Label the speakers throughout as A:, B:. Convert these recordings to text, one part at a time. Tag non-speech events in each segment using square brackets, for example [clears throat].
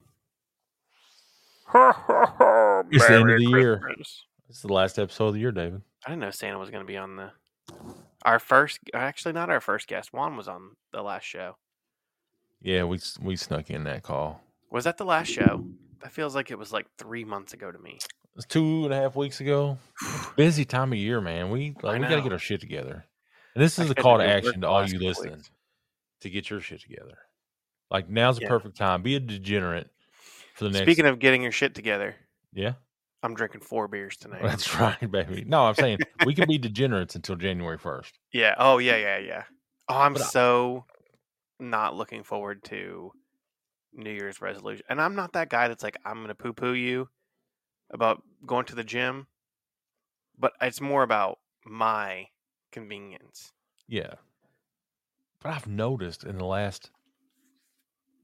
A: [laughs]
B: It's the end of
A: Merry
B: the year.
A: Christmas.
B: It's the last episode of the year, David.
A: I didn't know Santa was going to be on the. Our first, actually, not our first guest. Juan was on the last show.
B: Yeah, we s- we snuck in that call.
A: Was that the last show? That feels like it was like three months ago to me.
B: It's two and a half
A: [sighs]
B: weeks ago. Busy time of year, man. We
A: I
B: like we gotta
A: know.
B: get our shit together. And this
A: I
B: is a
A: had to
B: call to
A: go work
B: action to
A: the
B: all
A: last
B: you
A: couple
B: listening
A: weeks.
B: to get your shit together. Like now's the
A: Yeah.
B: perfect time. Be a degenerate for the next.
A: Speaking of getting your shit together, [laughs]
B: yeah, [laughs]
A: I'm drinking four beers tonight.
B: that's right, baby. No, I'm saying we can be degenerates until January first.
A: yeah. Oh yeah, yeah, yeah. Oh, I'm
B: But I-
A: so not looking forward to New Year's resolution. And I'm not that guy that's like I'm going to poo poo you about going to the gym, but it's more about my convenience.
B: Yeah, but I've noticed in the last,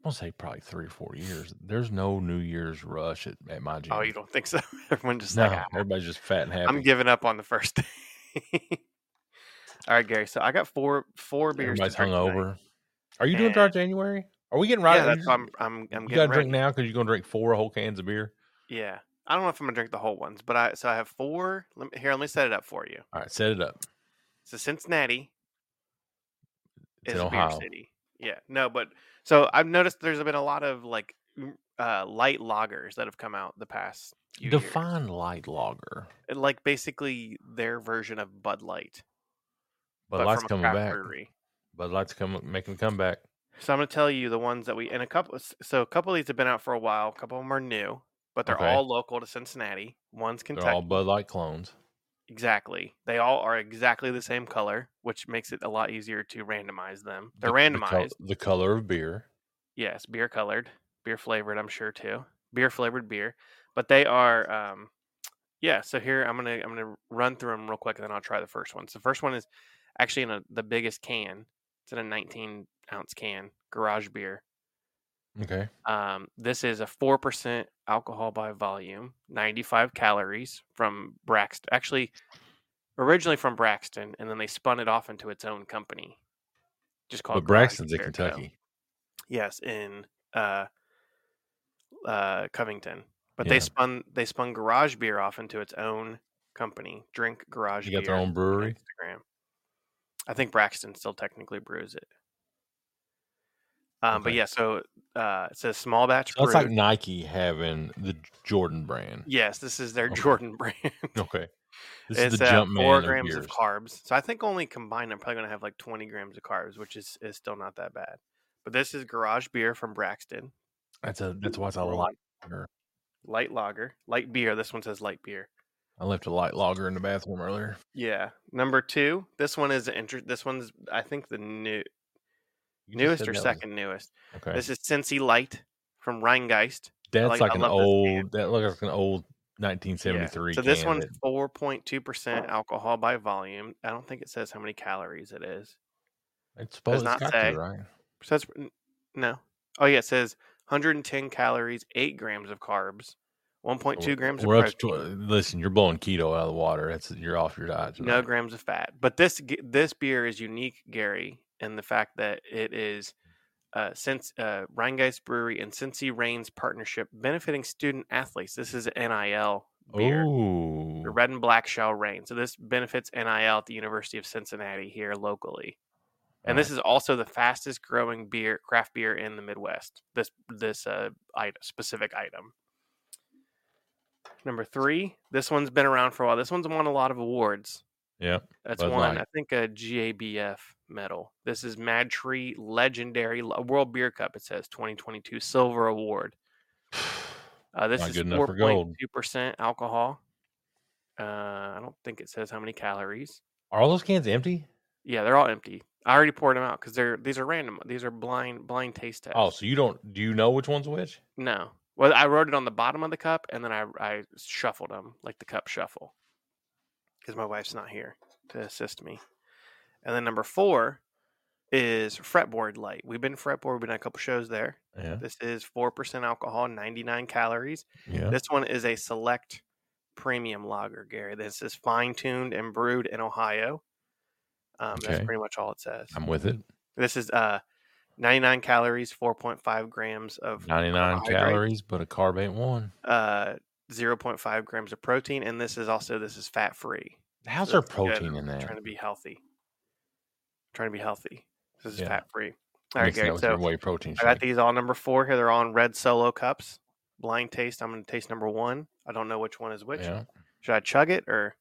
B: I want to say probably three or four years, there's no New Year's rush at, at my gym.
A: Oh, you don't think so? [laughs] Everyone just
B: no,
A: like "Ah,
B: everybody's just fat and happy.
A: I'm giving up on the first day. [laughs] All right, Gary. So I got four four beers. to
B: Everybody's
A: drink tonight.
B: hungover. Are you doing dry
A: and-
B: January? Are we getting right?
A: Yeah, that's
B: you,
A: why I'm I'm, I'm
B: you gotta
A: getting ready.
B: drink now because you're gonna drink four whole cans of beer.
A: Yeah, I don't know if I'm gonna drink the whole ones, but I so I have four. Let me, here, let me set it up for you.
B: All right, set it up.
A: So Cincinnati is
B: It's in
A: a
B: Ohio.
A: beer city. Yeah, no, but so I've noticed there's been a lot of like m- uh, light lagers that have come out the past. few years.
B: Define light lager.
A: Uh, like basically their version of Bud Light,
B: Bud
A: but
B: Light's
A: from a
B: coming
A: craft
B: back.
A: brewery.
B: Bud Light's coming, making a comeback.
A: So I'm gonna tell you the ones that we and a couple. s- So a couple of these have been out for a while. A couple of them are new, but they're
B: Okay.
A: all local to Cincinnati. One's Kentucky.
B: They're all Bud Light clones.
A: exactly. They all are exactly the same color, which makes it a lot easier to randomize them. They're
B: The- the col-
A: randomized.
B: The, color of beer.
A: yes, beer colored, beer flavored. I'm sure too. Beer flavored beer, but they are. um Yeah. So here I'm gonna I'm gonna run through them real quick, and then I'll try the first one. So the first one is actually in a, the biggest can. It's in a 19 ounce can, garage beer.
B: Okay.
A: Um, this is a four percent alcohol by volume, ninety-five calories from Braxton. Actually, originally from Braxton, and then they spun it off into its own company. Just called
B: But
A: Garage
B: Braxton's in
A: Beer Co.
B: Kentucky.
A: Yes, in uh, uh, Covington, but
B: Yeah.
A: they spun they spun Garage Beer off into its own company. Drink Garage
B: They
A: Beer.
B: got their own
A: on
B: brewery.
A: Instagram. I think Braxton still technically brews it. Um, But
B: Okay.
A: yeah, so uh, it says small batch.
B: So that's
A: brewed.
B: like Nike having the Jordan brand.
A: [laughs] Yes, this is their
B: Okay.
A: Jordan [laughs] brand.
B: Okay. This
A: it's
B: is the
A: uh,
B: jump man
A: four
B: of
A: grams
B: beers.
A: of carbs. So I think only combined, I'm probably going to have like 20 grams of carbs, which is, is still not that bad. But this is garage beer from Braxton.
B: That's a that's why it's a light lager.
A: Light lager, light beer. This one says light beer.
B: I left a light lager in the bathroom earlier.
A: Yeah. Number two, this one is inter- This one's, I think, the new
B: You just
A: newest
B: said
A: or
B: that was-
A: second newest.
B: Okay.
A: This is Cincy Light from Rheingeist.
B: That's
A: like-
B: like,
A: I
B: an
A: love this can.
B: old. That looks like an old
A: Yeah,
B: 1973.
A: So this
B: can
A: one's
B: that-
A: four point two percent alcohol by volume. I don't think it says how many calories it is.
B: it's supposed
A: not
B: it's got
A: say.
B: to, right?
A: So that's n- no. Oh yeah, it says 110 calories, eight grams of carbs, 1.2 grams
B: We're
A: of
B: up to,
A: protein,
B: listen, you're blowing keto out of the water. That's you're off your diet.
A: no
B: tonight.
A: grams of fat. But this g- this beer is unique, Gary, in the fact that it is uh, since uh, Rheingeist Brewery and Cincy Rains partnership benefiting student athletes. This is NIL beer.
B: Ooh.
A: The red and black shall reign. So this benefits NIL at the University of Cincinnati here locally. And
B: Right.
A: this is also the fastest growing beer, craft beer in the Midwest. This this uh, item, specific item. Number three, this one's been around for a while. This one's won a lot of awards.
B: Yeah,
A: that's
B: Bud
A: one.
B: Light.
A: I think a GABF medal. This is Mad Tree Legendary Lo- World Beer Cup. It says 2022 Silver Award. Uh, this
B: Not
A: is
B: good enough
A: four
B: for
A: point
B: gold.
A: two percent alcohol. Uh, I don't think it says how many calories.
B: Are all those cans empty?
A: Yeah, they're all empty. I already poured them out because they're these are random. These are blind blind taste tests.
B: Oh, so you don't? Do you know which one's which?
A: no. Well, I wrote it on the bottom of the cup and then I I shuffled them like the cup shuffle because my wife's not here to assist me. And then number four is fretboard light. We've been fretboard. We've been on a couple shows there.
B: Yeah,
A: This is four percent alcohol, ninety nine calories.
B: yeah.
A: This one is a select premium lager, Gary. This is fine tuned and brewed in Ohio. Um,
B: Okay.
A: That's pretty much all it says.
B: I'm with it.
A: This is uh, 99 calories, 4.5 grams of
B: 99
A: Carbohydrate.
B: calories, but a carb ain't one.
A: uh, 0.5 grams of protein, and this is also this is fat free.
B: How's
A: So
B: there
A: that's good.
B: protein in
A: Trying
B: that?
A: to be healthy. Trying to be healthy. This is
B: Yeah.
A: fat free. All right,
B: Mix that
A: Gary.
B: with your
A: So
B: whey protein
A: I got
B: shake.
A: these all number four here. They're all in red solo cups. Blind taste. I'm going to taste number one. I don't know which one is which.
B: Yeah.
A: Should I chug it or?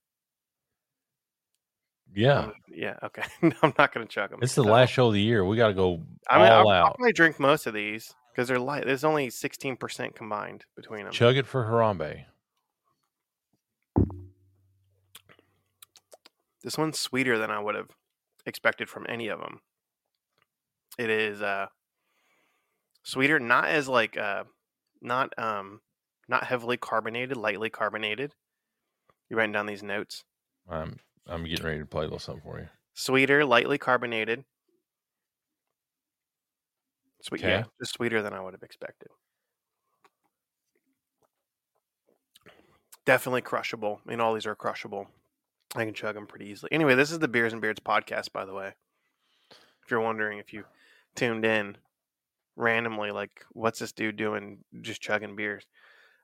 B: Yeah.
A: I'm- Yeah. Okay. [laughs] No, I'm not going to chug them.
B: It's the last show of the year. We got to go
A: I mean, I'll,
B: all
A: I'll
B: out.
A: probably drink most of these because they're light. There's only 16% combined between them.
B: Chug it for Harambe.
A: This one's sweeter than I would have expected from any of them. It is uh sweeter, not as like uh not um not heavily carbonated, lightly carbonated. You writing down these notes?
B: I'm I'm getting ready to play a little something for you.
A: Sweeter, lightly carbonated. Sweet, yeah,
B: Okay.
A: just sweeter than I would have expected. Definitely crushable. I mean, all these are crushable. I can chug them pretty easily. Anyway, this is the Beers and Beards podcast, by the way. If you're wondering if you tuned in randomly, like, what's this dude doing just chugging beers?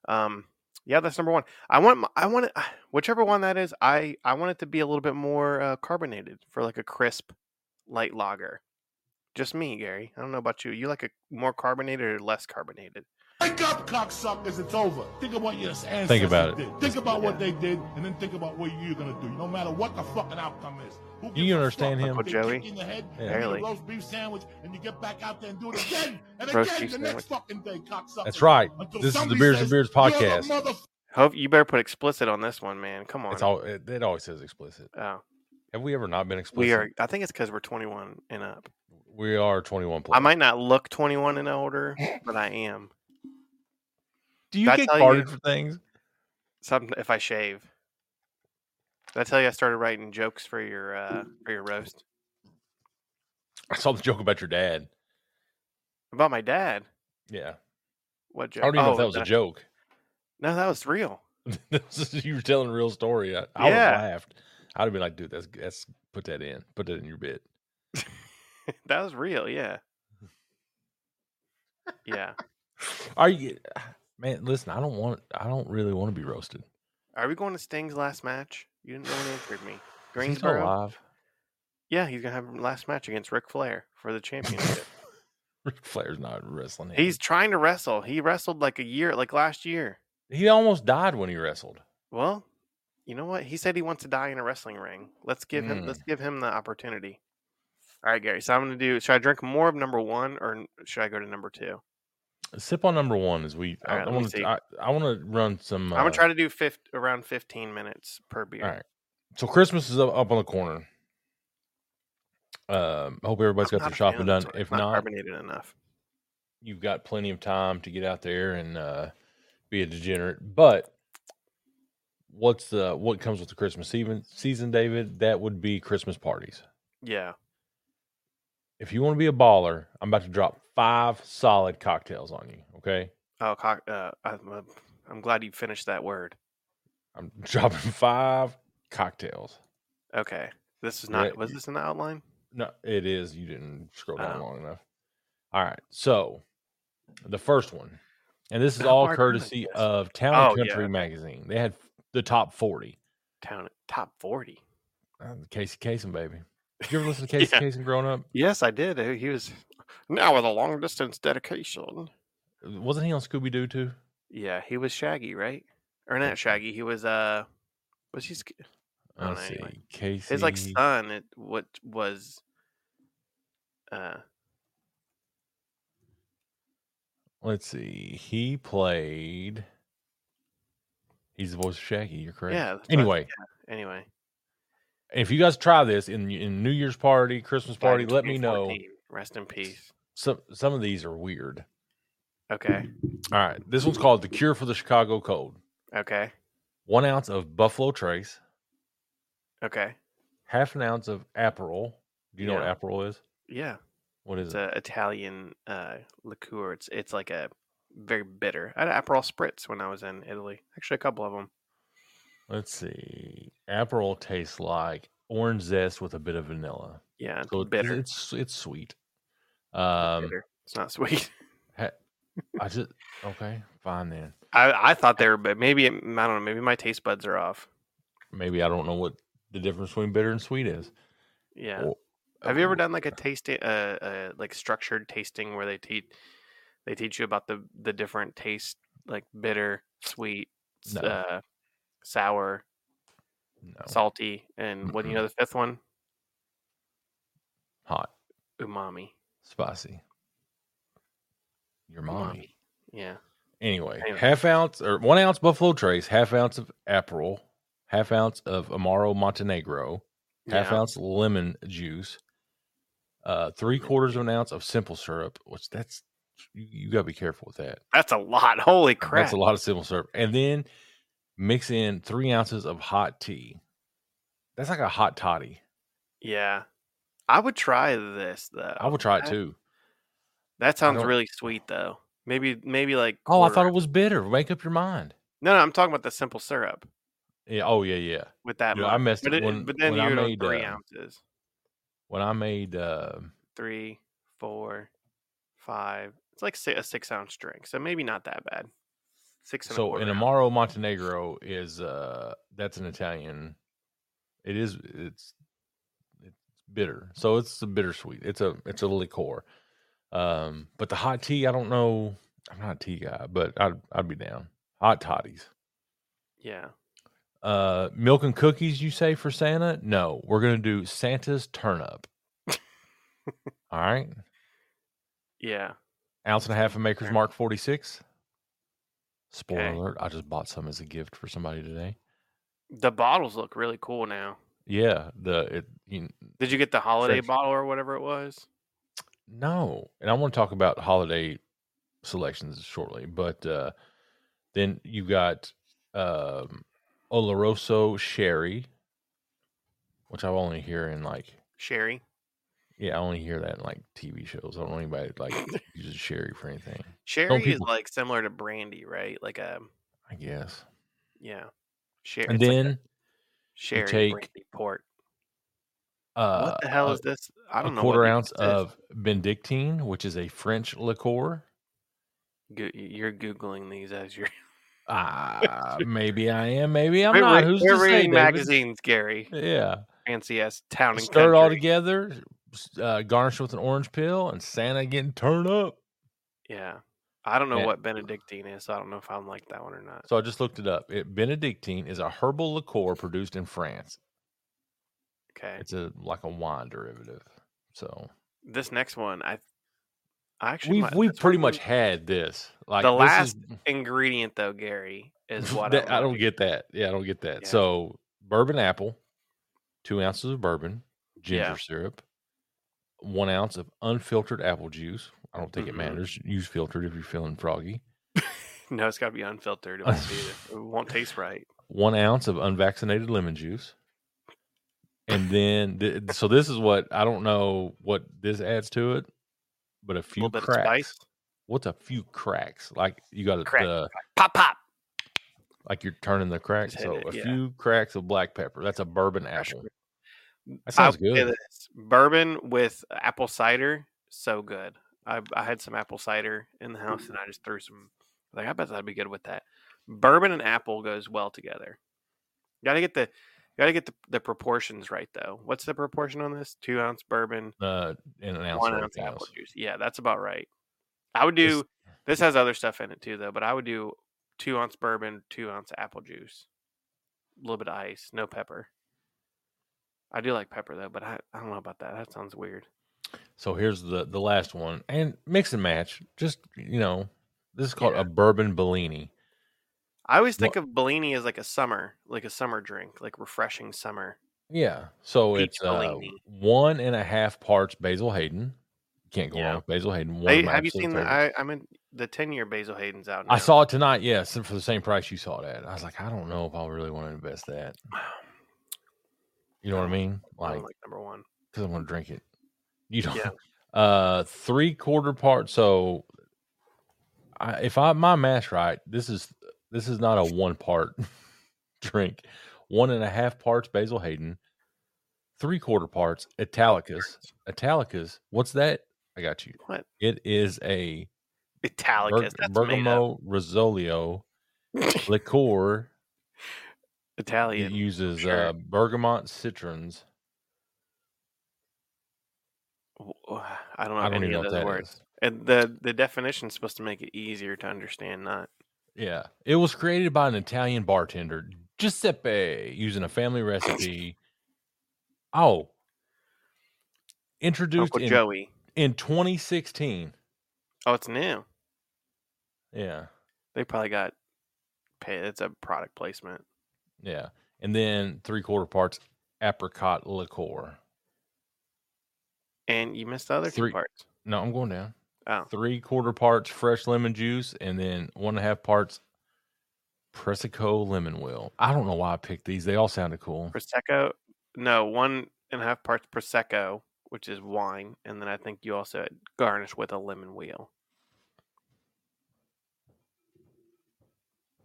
A: Um, yeah, that's number one. I want my- I want it, [sighs] whichever one that is. I I want it to be a little bit more uh, carbonated for like a crisp light lager. Just me, Gary. I don't know about you. You like a more carbonated or less carbonated?
C: Wake up, cocksuckers! It's over. Think about your ancestors
B: Think about it.
C: did. Think about what they did, and then think about what you're gonna do. No matter what the fucking outcome is. Who gives a
B: understand
C: fuck?
B: him?
C: They
A: Uncle Joey?
C: kick you in the head,
B: Yeah.
C: you eat a
A: Barely.
C: roast beef sandwich, and you get back out there and do it again and
A: Roast
C: again
A: beef
C: the next fucking day, cocksuckers.
B: That's right.
C: Until
B: This is the
C: somebody
B: Beers and
C: says,
B: Beards
C: "You're the
B: podcast.
C: motherf-
A: Hope you better put explicit on this one, man. Come on.
B: It's all it, it always says explicit.
A: oh,
B: Have we ever not been explicit?
A: we are. I think it's because we're 21 and up.
B: We are 21 plus.
A: I might not look 21 and older, but I am.
B: Do you
A: Did I
B: get
A: tell you-
B: carded for things?
A: Some if I shave. Did I tell you I started writing jokes for your uh, for your roast
B: I saw the joke about your dad.
A: about my dad?
B: Yeah.
A: What
B: I
A: joke?
B: don't even know if that was
A: the-
B: a joke. [laughs]
A: No, that was real.
B: This is- you were telling a real story. I, I would
A: Yeah.
B: have laughed. I'd have been like, dude, that's that's put that in. Put that in your bit.
A: that was real.
B: [laughs]
A: Yeah. Yeah.
B: Are you [sighs] man, listen, I don't want I don't really want to be roasted.
A: Are we going to Sting's last match? You didn't really answer me.
B: Is he still
A: Greensboro.
B: alive?
A: Yeah, he's gonna have his last match against Ric Flair for the championship.
B: [laughs] Ric Flair's not wrestling. anymore.
A: he's trying to wrestle. He wrestled like a year, like last year.
B: he almost died when he wrestled.
A: Well, you know what? He said he wants to die in a wrestling ring. Let's give him. Let's
B: Mm.
A: give him the opportunity. All right, Gary. So I'm gonna do. Should I drink more of number one, or n- should I go to number two?
B: Sip on number one is we.
A: All
B: I-
A: right,
B: I
A: let me
B: want
A: see.
B: to. I, I want to run some.
A: I'm
B: uh,
A: gonna try to do fif- around 15 minutes per beer.
B: right, So Christmas is up, up on the corner. Um, hope everybody's
A: I'm
B: got their
A: not a
B: shopping
A: fan
B: done.
A: of this one. It's
B: If not,
A: carbonated enough.
B: you've got plenty of time to get out there and uh, be a degenerate. But what's the what comes with the Christmas even season, David? That would be Christmas parties.
A: Yeah.
B: If you want to be a baller, I'm about to drop five solid cocktails on you. Okay,
A: Oh, cock, uh, I'm, uh, I'm glad you finished that word. [laughs]
B: I'm dropping five cocktails.
A: Okay. This is
B: You're
A: not.
B: right.
A: Was
B: You-
A: this in the outline?
B: No, it is. You didn't scroll down
A: Oh.
B: long enough. All right. So the first one, and this is
A: How
B: all
A: hard can I
B: courtesy
A: guess?
B: of Town and
A: Oh, yeah,
B: Country magazine. They had the top 40.
A: Town top forty.
B: Uh, Casey Kasem, baby. Did you ever
A: [laughs]
B: listen to Casey
A: Yeah.
B: Kasem growing up?
A: Yes, I did. Uh, He was now with a long distance dedication.
B: Wasn't he on Scooby Doo too?
A: Yeah, he was Shaggy, right? Or not Shaggy? He was uh, was he? Sc- I don't
B: Let's
A: know,
B: see.
A: anyway.
B: Casey.
A: His like son. It what was? Uh,
B: Let's see. He played. He's the voice of Shaggy. You're correct.
A: yeah. that's what I-
B: Anyway,
A: Anyway.
B: if you guys try this in in New Year's party, Christmas
A: died
B: party,
A: in
B: let me know.
A: 2014. Rest in peace.
B: Some some of these are weird.
A: Okay.
B: All right. This one's called The Cure for the Chicago Cold.
A: Okay.
B: One ounce of Buffalo Trace,
A: Okay.
B: half an ounce of Aperol. Do you know
A: Yeah.
B: what Aperol is?
A: Yeah.
B: What is
A: It's
B: it?
A: a Italian uh, liqueur. It's it's like a very bitter. I had an Aperol spritz when I was in Italy. Actually, a couple of them.
B: Let's see. Aperol tastes like orange zest with a bit of vanilla.
A: Yeah, it's
B: So it-
A: bitter.
B: it's it's sweet. Um,
A: bitter. it's not sweet. [laughs]
B: I just okay, fine then.
A: I, I thought they were, but maybe it, I don't know. Maybe my taste buds are off.
B: Maybe I don't know what the difference between bitter and sweet is.
A: Yeah.
B: Well,
A: Have you ever
B: uh,
A: done like a tasting, uh, uh, like structured tasting where they teach they teach you about the the different tastes, like bitter, sweet, s-
B: No.
A: uh, sour,
B: No,
A: salty, and what do you know? The fifth one,
B: hot,
A: umami.
B: spicy. Your mommy.
A: Umami. Yeah.
B: Anyway,
A: Anyway.
B: half ounce or one ounce Buffalo Trace, half ounce of Aperol, half ounce of Amaro Montenegro, half
A: yeah.
B: ounce lemon juice, uh, three quarters of an ounce of simple syrup, which that's you, you gotta be careful with that.
A: That's a lot. Holy crap!
B: That's a lot of simple syrup, and then mix in three ounces of hot tea. That's like a hot toddy.
A: Yeah. I would try this though.
B: I would try it
A: that-
B: too.
A: That sounds
B: don't-
A: really sweet though. Maybe maybe like
B: Oh, I thought
A: quarter-
B: it was bitter. Make up your mind.
A: No, no, I'm talking about the simple syrup
B: Yeah. Oh yeah, yeah.
A: with that
B: Dude,
A: much.
B: I messed
A: but,
B: it when-
A: but then
B: when I
A: you're
B: made,
A: three
B: uh,
A: ounces.
B: When I made. Uh,
A: three, four, five. It's like si- a six ounce drink, so maybe not that bad. Six. And a
B: so
A: quarter
B: an
A: ounce.
B: amaro montenegro is uh that's an italian it is it's it's bitter so it's a bittersweet it's a it's a liqueur um but the hot tea i don't know i'm not a tea guy but i'd, I'd be down hot toddies
A: Yeah,
B: uh milk and cookies you say for santa no we're gonna do santa's turnip all right
A: yeah.
B: ounce and a half of maker's
A: Fair.
B: mark 46 spoiler
A: Okay.
B: alert i just bought some as a gift for somebody today
A: The bottles look really cool now.
B: Yeah, the it you,
A: Did you get the holiday
B: Fresh.
A: bottle or whatever it was?
B: no, and I want to talk about holiday selections shortly, but uh then you got um Oloroso sherry, which I only hear in like
A: Sherry.
B: yeah, I only hear that in like TV shows. I don't know
A: [laughs]
B: anybody that, like uses sherry for anything.
A: Sherry is
B: people-
A: like similar to brandy, right? Like um, a
B: I guess,
A: yeah. Sherry.
B: and then
A: sherry
B: take,
A: brandy port.
B: uh,
A: what the hell
B: a-
A: is this? I don't
B: a
A: know.
B: quarter
A: what
B: ounce
A: this is.
B: of Benedictine, which is a French liqueur.
A: Goo- You're googling these as you're. [laughs]
B: Ah, maybe I am, maybe I'm
A: We're re-
B: not. Who's
A: we're
B: to say,
A: reading
B: David?
A: magazines, Gary.
B: Yeah.
A: Fancy ass town and
B: Stir it all
A: country.
B: together, s- uh, garnish with an orange peel, and Santa getting turned up.
A: Yeah. I don't know
B: Yeah.
A: what Benedictine is, so I don't know if I'm like that one or not.
B: So I just looked it up. It, Benedictine is a herbal liqueur produced in France.
A: Okay.
B: It's a like a wine derivative. So
A: This next one, I I actually
B: we've
A: might-
B: we've
A: this
B: pretty
A: one-
B: much had this. Like
A: The
B: this
A: last
B: is-
A: ingredient though,
B: [laughs]
A: Gary, is what
B: that-
A: I
B: I don't get that. Yeah, I don't get that.
A: Yeah.
B: So bourbon apple, two ounces of bourbon, ginger
A: Yeah.
B: syrup, one ounce of unfiltered apple juice. I don't think
A: Mhm.
B: it matters. Use filtered if you're feeling froggy.
A: [laughs] No, it's got to be unfiltered. It
B: [laughs]
A: won't, be, it won't taste right.
B: one ounce of unvaccinated lemon juice. And then, th- so this is what I don't know what this adds to it, but a
A: A
B: few
A: little bit
B: cracks.
A: of spice.
B: What's a few cracks? Like you got
A: Crack.
B: the
A: Pop pop.
B: like you're turning the crack.
A: Just hit
B: So
A: it,
B: a
A: yeah.
B: few cracks of black pepper. That's a bourbon
A: Fresh
B: apple.
A: cr-
B: That
A: I
B: sounds
A: will say
B: good.
A: this, Bourbon with apple cider, so good. I I had some apple cider in the house, and I just threw some. Like I bet that'd be good with that. Bourbon and apple goes well together. Got to get the, got to get the, the proportions right though. What's the proportion on this? Two ounce bourbon,
B: Uh, and an ounce
A: one
B: of
A: ounce
B: everything
A: apple
B: else.
A: juice. Yeah, that's about right. I would
B: This-
A: do. This has other stuff in it too though, but I would do two ounce bourbon, two ounce apple juice, a little bit of ice, no pepper. I do like pepper though, but I, I don't know about that. That sounds weird.
B: So here's the the last one, and mix and match. Just you know, this is called
A: Yeah.
B: a bourbon Bellini.
A: I always think
B: What-
A: of Bellini as like a summer, like a summer drink, like refreshing summer.
B: Yeah. So
A: Peach
B: it's uh,
A: Bellini.
B: one and a half parts Basil Hayden. Can't go
A: Yeah.
B: wrong with Basil Hayden. One
A: Hey,
B: of my
A: have you
B: absolute
A: seen the?
B: favorites.
A: I, I mean, the ten year Basil Hayden's out. Now.
B: I, saw it tonight. Yes, and for the same price you saw it at. I was like, I don't know if I really want to invest that.
A: [sighs]
B: You know what I mean?
A: I
B: Like,
A: don't like number one.
B: because I'm going to drink it. You don't.
A: Yeah.
B: [laughs] Uh, three quarter part. So, I, if I my math's right, this is this is not a one part [laughs] drink. One and a half parts Basil Hayden, three quarter parts Italicus. Italicus. What's that? I got you.
A: What?
B: It is a
A: Italicus.
B: Berg-
A: that's made up.
B: Bergamo Rosolio liqueur. It
A: [laughs] Italian.
B: uses
A: sure.
B: uh, bergamot citrons.
A: W- I don't know
B: I don't
A: any
B: even know
A: of
B: what
A: those
B: that
A: words.
B: is.
A: And the the definition's supposed to make it easier to understand, not
B: Yeah. It was created by an Italian bartender, Giuseppe, using a family recipe. Oh. Introduced
A: Uncle
B: in,
A: oh, Joey.
B: in 2016.
A: Oh, it's new.
B: Yeah.
A: They probably got paid. It's a product placement.
B: Yeah. And then three quarter parts apricot liqueur.
A: And you missed the other
B: Three-
A: two parts.
B: No, I'm going down.
A: Oh.
B: Three quarter parts fresh lemon juice and then one and a half parts Presico lemon will. I don't know why I picked these. They all sounded cool.
A: Prosecco. No, one and a half parts Prosecco, which is wine. And then I think you also garnish with a lemon wheel.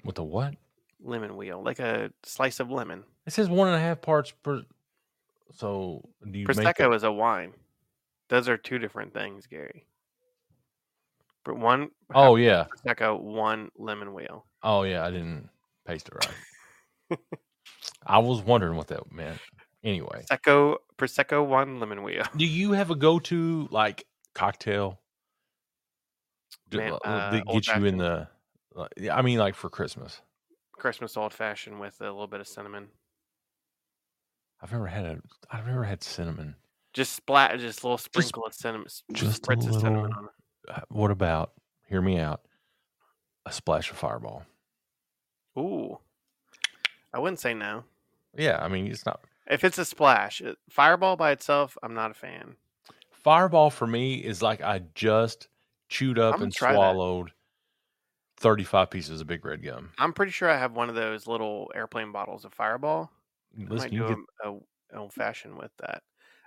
B: With the what?
A: Lemon wheel, like a slice of lemon.
B: It says one and a half parts per. So do you make
A: Prosecco is a wine. Those are two different things, Gary. But one
B: Oh yeah.
A: Prosecco, one lemon wheel.
B: Oh yeah. I didn't paste it right. [laughs] I was wondering what that meant. Anyway,
A: Prosecco, Prosecco, one lemon wheel. [laughs]
B: do you have a go-to like cocktail? Do-
A: Man,
B: uh,
A: uh,
B: that get you in the. like, yeah, I mean, like for Christmas,
A: Christmas old fashioned with a little bit of cinnamon.
B: I've never had a. I've never had cinnamon.
A: Just splat, just a little sprinkle of cinnamon. s-
B: just a
A: spritz of cinnamon
B: little-
A: on it.
B: Uh, What about? Hear me out. A splash of Fireball.
A: Ooh, I wouldn't say no.
B: Yeah, I mean it's not
A: If it's a splash, it- Fireball by itself, I'm not a fan.
B: Fireball for me is like I just chewed up
A: I'ma
B: and
A: try that.
B: swallowed 35 pieces of big red gum.
A: I'm pretty sure I have one of those little airplane bottles of Fireball. I
B: Listen,
A: might
B: you
A: do um,
B: get-
A: a, a old fashioned with that.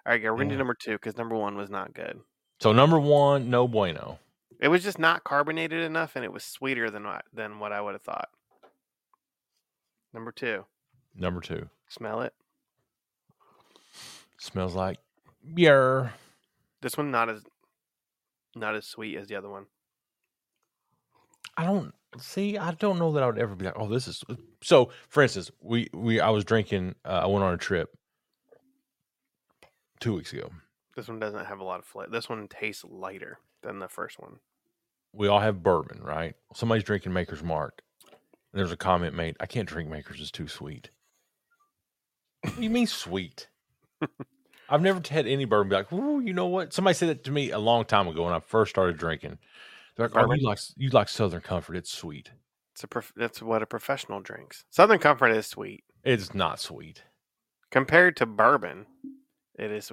A: All right, Gary, we're gonna
B: Yeah.
A: do number two because number one was not good.
B: so number one, no bueno.
A: It was just not carbonated enough, and it was sweeter than what than what I would have thought. Number two,
B: Number two,
A: smell it.
B: smells like beer.
A: This one not as not as sweet as the other one.
B: I don't see. I don't know that I would ever be like, oh, this is so. For instance, we we I was drinking. Uh, I went on a trip two weeks ago.
A: This one doesn't have a lot of flavor. This one tastes lighter than the first one.
B: we all have bourbon, right? Somebody's drinking Maker's Mark. There's a comment made, I can't drink Maker's, it's too sweet. What do you mean sweet? I've never had any bourbon be like, ooh, you know what? Somebody said that to me a long time ago when I first started drinking. They're like, oh,
A: Bourbon?
B: you like you like Southern Comfort, it's sweet.
A: It's a prof- that's what a professional drinks. Southern Comfort is sweet
B: It's not sweet.
A: compared to bourbon. It is.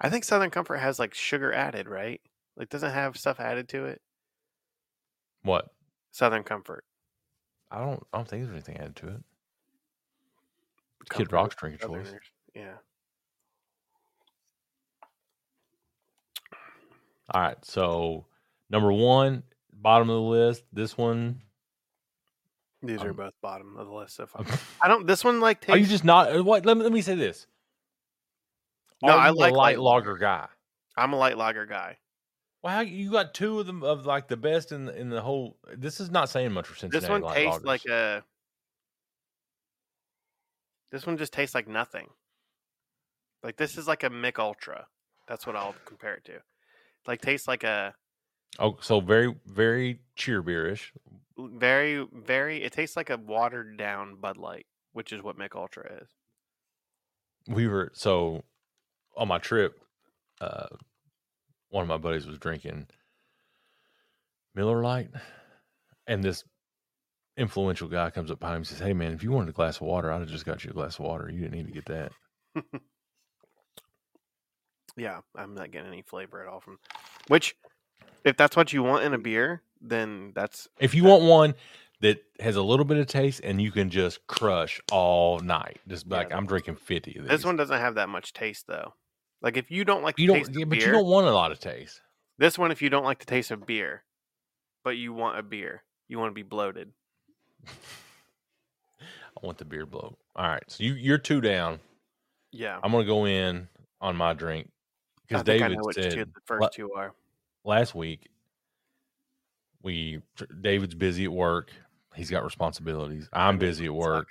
A: I think Southern Comfort has like sugar added, right? Like doesn't have stuff added to it.
B: What?
A: Southern Comfort.
B: I don't I don't think there's anything added to it. Kid
A: Comfort
B: Rock's drinking choice.
A: Southerners. Yeah.
B: All right. So number one, bottom of the list, this one.
A: These are
B: Um,
A: both bottom of the list so far. I don't. This one like
B: Are you
A: tastes.
B: just not uh, what let me let me say this.
A: No,
B: Are
A: I
B: you a
A: like light
B: light lager guy.
A: I'm a light lager guy.
B: Well, how, you got two of them of like the best in the, in the whole. This is not saying much for Cincinnati.
A: This one
B: light
A: tastes
B: lagers.
A: like a. This one just tastes like nothing. Like this is like a Mick Ultra. That's what I'll compare it to. Like tastes like a
B: oh, so very very cheer beerish.
A: very very. It tastes like a watered down Bud Light, which is what Mick Ultra is.
B: We were so on my trip. Uh, one of my buddies was drinking Miller Lite, and this influential guy comes up behind him and says, "Hey man, if you wanted a glass of water, I'd have just got you a glass of water. You didn't need to get that."
A: Yeah, I'm not getting any flavor at all from. Which, if that's what you want in a beer, then that's
B: If you want one that has a little bit of taste and you can just crush all night, just be
A: Yeah,
B: like I'm drinking fifty of these.
A: This one doesn't have that much taste though. Like if you don't like the
B: you don't,
A: taste
B: yeah,
A: of
B: but
A: beer,
B: you don't want a lot of taste.
A: this one if you don't like the taste of beer, but you want a beer, you want to be bloated.
B: I want the beer bloat. All right, so you you're two down.
A: Yeah,
B: I'm gonna go in on my
A: I
B: drink because
A: think I
B: Oh, David
A: know which two
B: said
A: the first
B: what-
A: two are.
B: last week we David's busy at work. He's got responsibilities. I'm busy at work.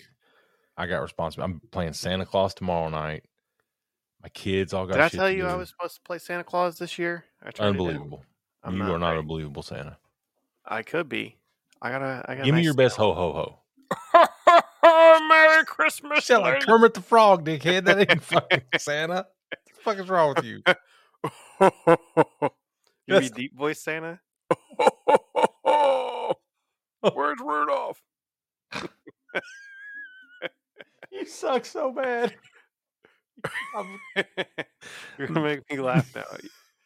B: I got responsible. I'm playing Santa Claus tomorrow night. My kids all got.
A: Did I
B: shit
A: tell
B: to
A: you I
B: do.
A: was supposed to play Santa Claus this year? I turned it down.
B: unbelievable?
A: I'm
B: you are not
A: right.
B: a believable Santa.
A: I could be. I gotta. I gotta.
B: Give me your best
A: [laughs]
B: ho ho ho.
A: Oh, Merry Christmas.
B: Sound like
A: lady.
B: Kermit the Frog, dickhead. That ain't [laughs] fucking Santa. What the fuck is wrong with you?
A: [laughs] you be
B: Yes.
A: deep voice Santa.
B: [laughs] Where's Rudolph? [laughs] you suck so bad. [laughs] I'm-
A: [laughs] You're gonna make me laugh
B: [laughs]
A: now.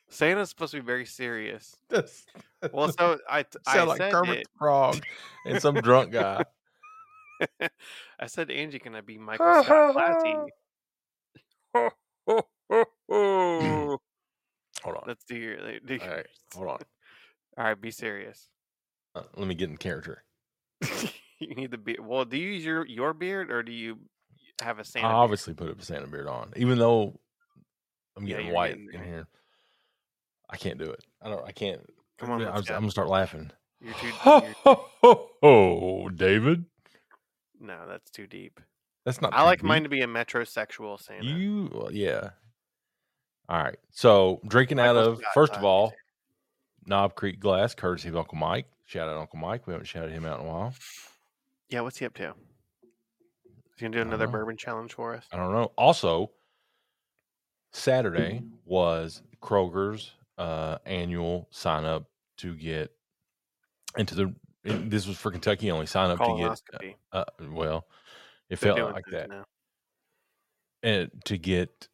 A: Santa's supposed to be very serious.
B: that's-
A: Well, so I
B: [laughs]
A: t- I
B: sound like
A: said
B: Kermit the [laughs] Frog and some drunk guy.
A: it. I said Angie can I be Michael Scott
B: [laughs]
A: Platy.
B: [laughs] Hold on.
A: [laughs] Let's do your. Do your
B: All right, hold on.
A: All right, be serious. [laughs]
B: Uh, let me get in character.
A: you need the beard. Well, do you use your your beard or do you have a Santa?
B: I
A: beard?
B: obviously put up a Santa beard on, even though I'm
A: Yeah,
B: getting
A: you're
B: white
A: getting
B: in
A: there.
B: here. I can't do it. I don't. I can't.
A: Come on,
B: I
A: let's
B: was,
A: go.
B: I'm gonna start laughing.
A: You're too.
B: [laughs] Ho, [gasps]
A: you're-
B: ho, ho, ho, David.
A: no, that's too deep.
B: That's not.
A: I
B: too
A: like
B: deep.
A: mine to be a metrosexual Santa.
B: You, well, yeah. All right. So drinking out
A: Michael
B: of
A: Scott,
B: first
A: uh,
B: of all, Knob Creek Glass, courtesy of Uncle Mike. Shout out Uncle Mike. We haven't shouted him out in a while.
A: Yeah, what's he up to? Is he gonna do
B: don't
A: another
B: know.
A: bourbon challenge for us?
B: I don't know. Also, Saturday was Kroger's uh, annual sign up to get into the. and this was for Kentucky only. Sign up to get.
A: Colonoscopy.
B: Uh, well, it
A: They're
B: felt
A: doing
B: like
A: those
B: that.
A: now.
B: And to get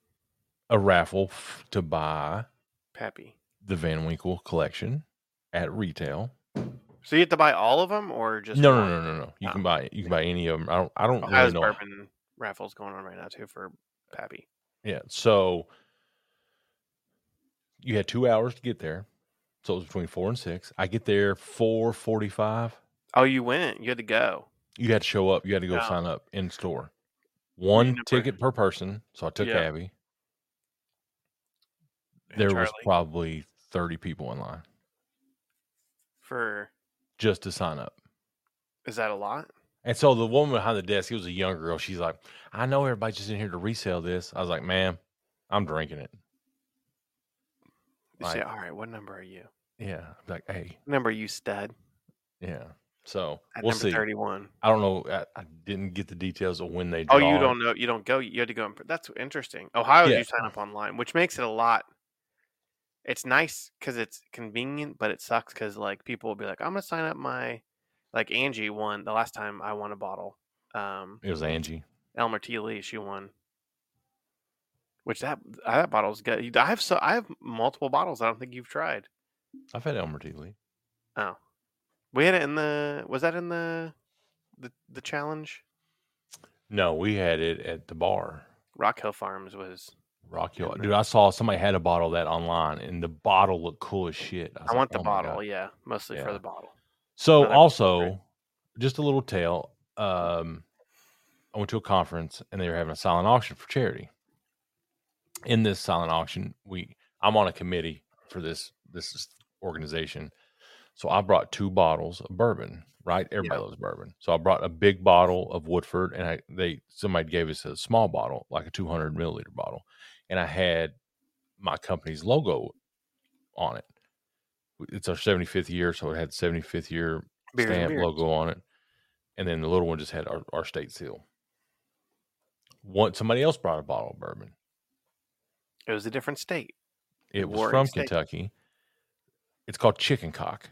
B: a raffle f- to buy
A: Pappy.
B: the Van Winkle collection at retail.
A: So you have to buy all of them or just
B: No, no,
A: one?
B: no, no, no. You
A: Oh.
B: can buy you can buy any of them. I don't. I don't
A: Ohio's
B: really know.
A: bourbon raffles going on right now too for Pappy.
B: Yeah. So you had two hours to get there. So it was between four and six. I get there four forty five.
A: Oh, you went. You had to go.
B: You had to show up. You had to go
A: Yeah.
B: sign up in store. One
A: number.
B: ticket per person. So I took
A: Yeah.
B: Abby.
A: And
B: There was
A: Charlie,
B: probably thirty people in line
A: for
B: just to sign up.
A: is that a lot?
B: And so the woman behind the desk, it was a younger girl. She's like, I know everybody's just in here to resell this. I was like, ma'am, I'm drinking it.
A: You say,
B: Like-
A: all right, what number are you?
B: Yeah. I'm like, hey,
A: What number are you, stud?
B: yeah. So
A: At
B: we'll
A: number
B: see.
A: thirty-one.
B: I don't know. I, I didn't get the details of when they.
A: Oh,
B: Draw.
A: you don't know. You don't go. You had to go. In, per- that's interesting. Ohio,
B: Yeah.
A: you sign up online, which makes it a lot. It's nice because it's convenient, but it sucks because like people will be like, "I'm gonna sign up my," like Angie won the last time I won a bottle. Um,
B: It was Angie.
A: Elmer T. Lee, she won. Which that uh, that bottle's good. I have so I have multiple bottles. I don't think you've tried.
B: I've had Elmer T. Lee.
A: Oh, we had it in the. Was that in the, the the challenge?
B: No, we had it at the bar.
A: Rock Hill Farms was.
B: Rock Hill.
A: Yeah.
B: Dude, I saw somebody had a bottle of that online, and the bottle looked cool as shit. was
A: I
B: like,
A: want the
B: "Oh my God."
A: bottle. Yeah, mostly for
B: Yeah.
A: the bottle. No,
B: So
A: that was great.
B: also, just a little tale. Um, I went to a conference and they were having a silent auction for charity. In this silent auction, we I'm on a committee for this this organization, so I brought two bottles of bourbon. Right, everybody loves bourbon, so I brought a big bottle of Woodford, and I they somebody gave us a small bottle, like a 200 milliliter bottle, and I had my company's logo on it. It's our 75th year, so it had 75th year
A: Beers and
B: stamp
A: beers.
B: logo on it, and then the little one just had our, our state seal. One somebody else brought a bottle of bourbon.
A: It was a different state. [laughs]
B: It was
A: Warring
B: from
A: state.
B: Kentucky. It's called chicken cock.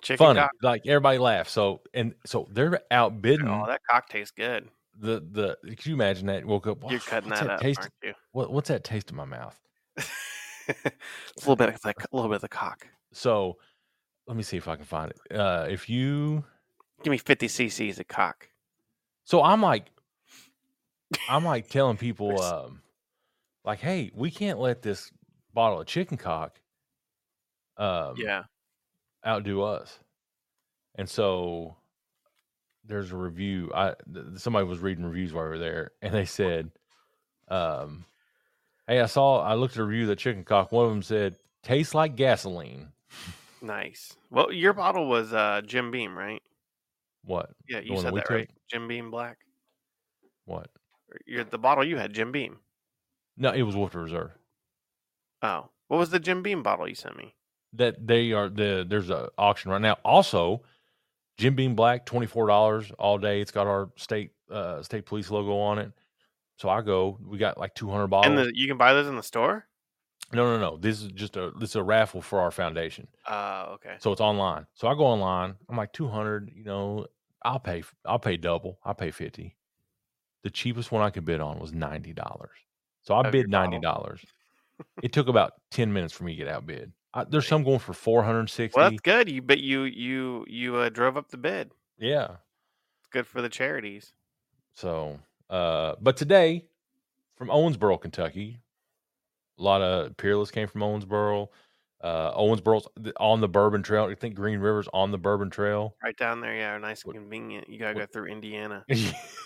A: Chicken
B: Funny,
A: cock.
B: like everybody laughs. So and so they're outbidding
A: Oh, that cock tastes good.
B: the the. Could you imagine that? Woke up.
A: You're
B: "Wha-
A: cutting
B: what's
A: that up,
B: taste?
A: aren't you? [laughs]
B: What, what's that taste in my mouth?
A: it's a little bit of the, a little bit of the cock.
B: So let me see if I can find it. Uh, if you
A: Give me 50 cc's of cock.
B: So I'm like, I'm like telling people,
A: Nice.
B: um, like, hey, we can't let this bottle of chicken cock, um,
A: Yeah.
B: outdo us. And so there's a review. I th- somebody was reading reviews while we were there, and they said, um, hey, I saw, I looked at a review of the chicken cock. One of them said, Tastes like gasoline.
A: Nice. Well, your bottle was uh Jim Beam, right?
B: What?
A: Yeah,
B: one
A: you
B: that
A: said
B: we
A: that
B: took?
A: right. Jim Beam Black.
B: What?
A: Your the bottle you had Jim Beam.
B: No, it was Wolford Reserve.
A: Oh, what was the Jim Beam bottle you sent me?
B: That they are the there's a auction right now. Also, Jim Beam Black, twenty four dollars all day. It's got our state uh state police logo on it. So I go. We got like two hundred
A: And
B: bottles.
A: the, you can buy those in the store.
B: no, no, no. This is just a this is a raffle for our foundation.
A: Oh, okay.
B: So it's online. So I go online. I'm like 200, you know, I'll pay f- I'll pay double. I'll pay 50. The cheapest one I could bid on was $90. So I
A: Of your
B: bid
A: bottle?
B: $90. it took about 10 minutes for me to get outbid. I, there's some going for 460.
A: Well, that's good. You but you you you uh, drove up the bid.
B: yeah.
A: It's good for the charities.
B: So, uh, but today from Owensboro, Kentucky, a lot of Peerless came from Owensboro. Uh, Owensboro's th- on the Bourbon Trail. I think Green River's on the Bourbon Trail. [laughs]
A: Right down there, yeah, nice and
B: What-
A: convenient. You gotta go
B: what-
A: through Indiana.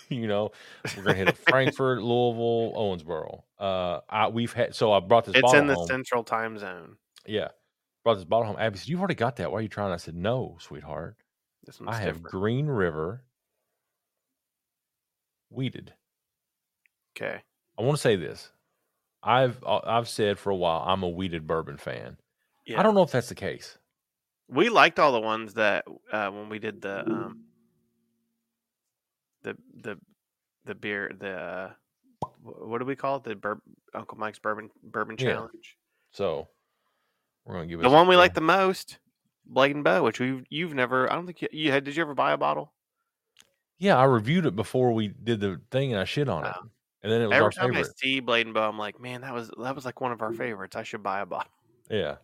B: you know, we're gonna hit up Frankfurt, Louisville, Owensboro. Uh, I, we've had so I brought this.
A: It's
B: bottle
A: in the
B: home.
A: central time zone.
B: Yeah, brought this bottle home. Abby said, "You've already got that. Why are you trying?" I said, "No, sweetheart.
A: This one's
B: I have
A: different.
B: Green River weeded.
A: Okay.
B: I want to say this. I've I- I've said for a while I'm a weeded bourbon fan.
A: Yeah.
B: I don't know if that's the case.
A: We liked all the ones that uh, when we did the um, the the the beer the uh, wh- what do we call it the bur- Uncle Mike's bourbon bourbon
B: Yeah.
A: challenge.
B: So we're gonna give it
A: The
B: a
A: one we
B: try.
A: liked the most, Blade and Bow, which we've you've never. I don't think you, you had. Did you ever buy a bottle?
B: Yeah, I reviewed it before we did the thing, and I shit on it.
A: Oh.
B: And then it was
A: Every
B: our
A: time
B: favorite.
A: I see Blade and Bow, I'm like, man, that was that was like one of our favorites. I should buy a bottle.
B: Yeah.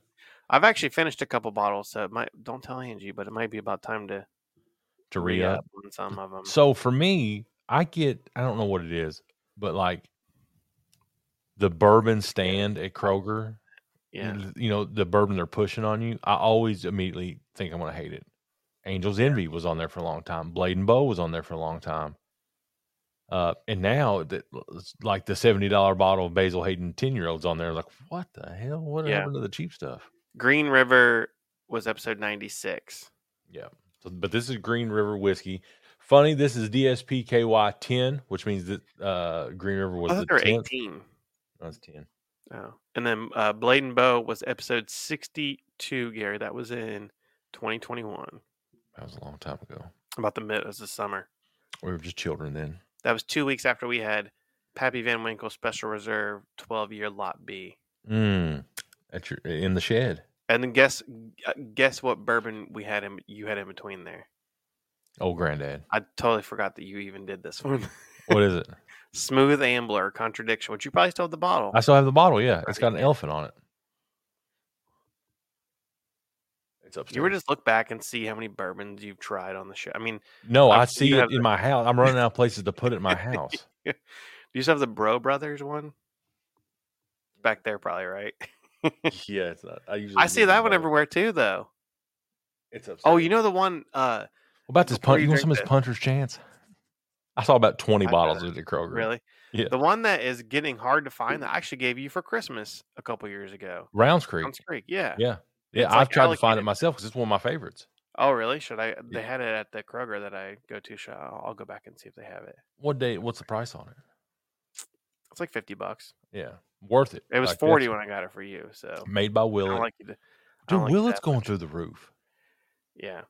A: I've actually finished a couple bottles, so it might. Don't tell Angie, but it might be about time to
B: To re up.
A: on some
B: [laughs]
A: of them.
B: So for me, I get I don't know what it is, but like the bourbon stand at Kroger, you
A: yeah,
B: l- you know, the bourbon they're pushing on you, I always immediately think I'm going to hate it. Angel's Envy was on there for a long time. Blade and Bow was on there for a long time. Uh, and now that it's like the seventy dollar bottle of Basil Hayden ten year olds on there, like what the hell? What
A: Yeah.
B: happened to the cheap stuff?
A: Green River was episode 96.
B: So, but this is Green River whiskey. Funny, this is DSPKY ten, which means that uh, Green River was
A: I
B: the
A: thought there were
B: 10th.
A: 18.
B: That's 10.
A: Oh. And then uh, Blade and Bow was episode 62, Gary. That was in 2021,
B: That was a long time ago.
A: about the mid, it was the summer.
B: We were just children then.
A: That was two weeks after we had Pappy Van Winkle Special Reserve 12 year Lot B.
B: Mm. At your, in the shed.
A: And then guess uh, guess what bourbon we had in you had in between there.
B: Old granddad.
A: I totally forgot that you even did this one. [laughs]
B: What is it?
A: Smooth Ambler Contradiction, which you probably still have the bottle.
B: I still have the bottle. Yeah. It's
A: Right.
B: got an elephant on it. It's upstairs.
A: You were just look back and see how many bourbons you've tried on the show. I mean,
B: no,
A: I'm
B: i
A: sure you
B: see it
A: have
B: in
A: the-
B: my house. I'm running
A: [laughs]
B: out of places to put it in my house.
A: Do you still have the Bro Brothers one? Back there, probably right.
B: [laughs]
A: [laughs]
B: yeah. It's not, I usually
A: I see that one everywhere too, though.
B: It's upstairs.
A: Oh, you know the one. Uh,
B: What about this
A: before
B: punch?
A: you
B: You want
A: drink
B: some of this
A: that-
B: puncher's chance? I saw about 20
A: I
B: bottles at the Kroger.
A: really,
B: Yeah.
A: the one that is getting hard to find that I actually gave you for Christmas a couple years ago.
B: Rounds Creek.
A: Mounds Creek, yeah.
B: Yeah. Yeah.
A: It's,
B: I've
A: like,
B: tried to find it
A: allocated.
B: myself because it's one of my favorites.
A: Oh, really? Should I? They had it at the Kroger that I go to. Should I'll, I'll go back and see if they have it.
B: What day? What's the price on it?
A: It's like fifty bucks.
B: Yeah, worth it.
A: It was
B: Like, that's
A: forty when I got it for you. So
B: made by
A: I
B: Willett.
A: don't like you. To, I
B: Dude,
A: don't like you to
B: Willett's
A: have-
B: going through the roof.
A: Yeah.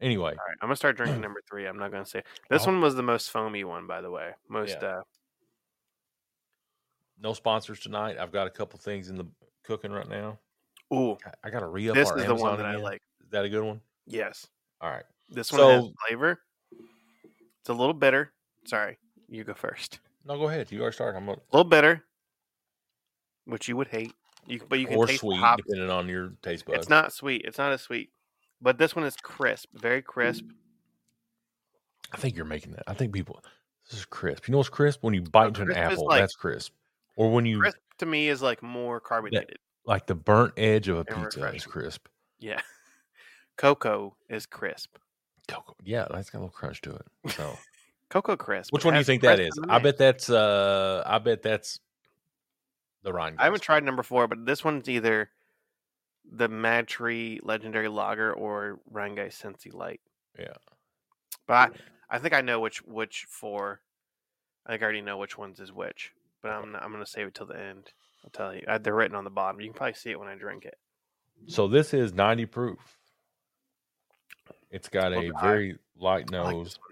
B: Anyway,
A: All right, I'm gonna start
B: [clears throat]
A: drinking number three. I'm not gonna say this
B: Oh.
A: one was the most foamy one, by the way. Most
B: Yeah.
A: uh,
B: no sponsors tonight. I've got a couple things in the cooking right now.
A: uh, ooh,
B: I- I got to re up.
A: this
B: our
A: is the
B: Amazon
A: one that I
B: again.
A: like.
B: Is that a good one?
A: Yes,
B: All right.
A: this one has
B: So-
A: flavor. It's a little bitter. Sorry, you go first.
B: No, go ahead. You are starting. I'm gonna,
A: A little bitter, which you would hate. You but you can
B: or
A: taste the
B: sweet,
A: hops.
B: depending on your taste buds.
A: It's not sweet. It's not as sweet, but this one is crisp, very crisp.
B: Mm. I think you're making that. I think people. This is crisp. You know what's crisp? When you bite into an
A: crisp is
B: apple,
A: like-
B: that's crisp. Or when you
A: Crisp to me is like more carbonated.
B: like the burnt edge of a pizza is
A: refreshing.
B: crisp.
A: Yeah, [laughs] cocoa is crisp.
B: Cocoa. Yeah, that's got a little crunch to it. So.
A: [laughs] Cocoa crisp.
B: Which
A: It
B: one do you
A: has
B: think that
A: crisp
B: is?
A: in the
B: I
A: mix.
B: bet that's uh I bet that's the Rhine.
A: I haven't
B: Gold.
A: tried number four, but this one's either the Mad Tree Legendary Lager or Rangai Sensi Light.
B: Yeah.
A: But I, I think I know which which four. I think I already know which ones is which, but I'm I'm gonna save it till the end. I'll tell you. I, they're written on the bottom. You can probably see it when I drink it.
B: So this is 90 proof. It's got
A: A little
B: a
A: bit higher.
B: very light
A: I like
B: nose.
A: this, one.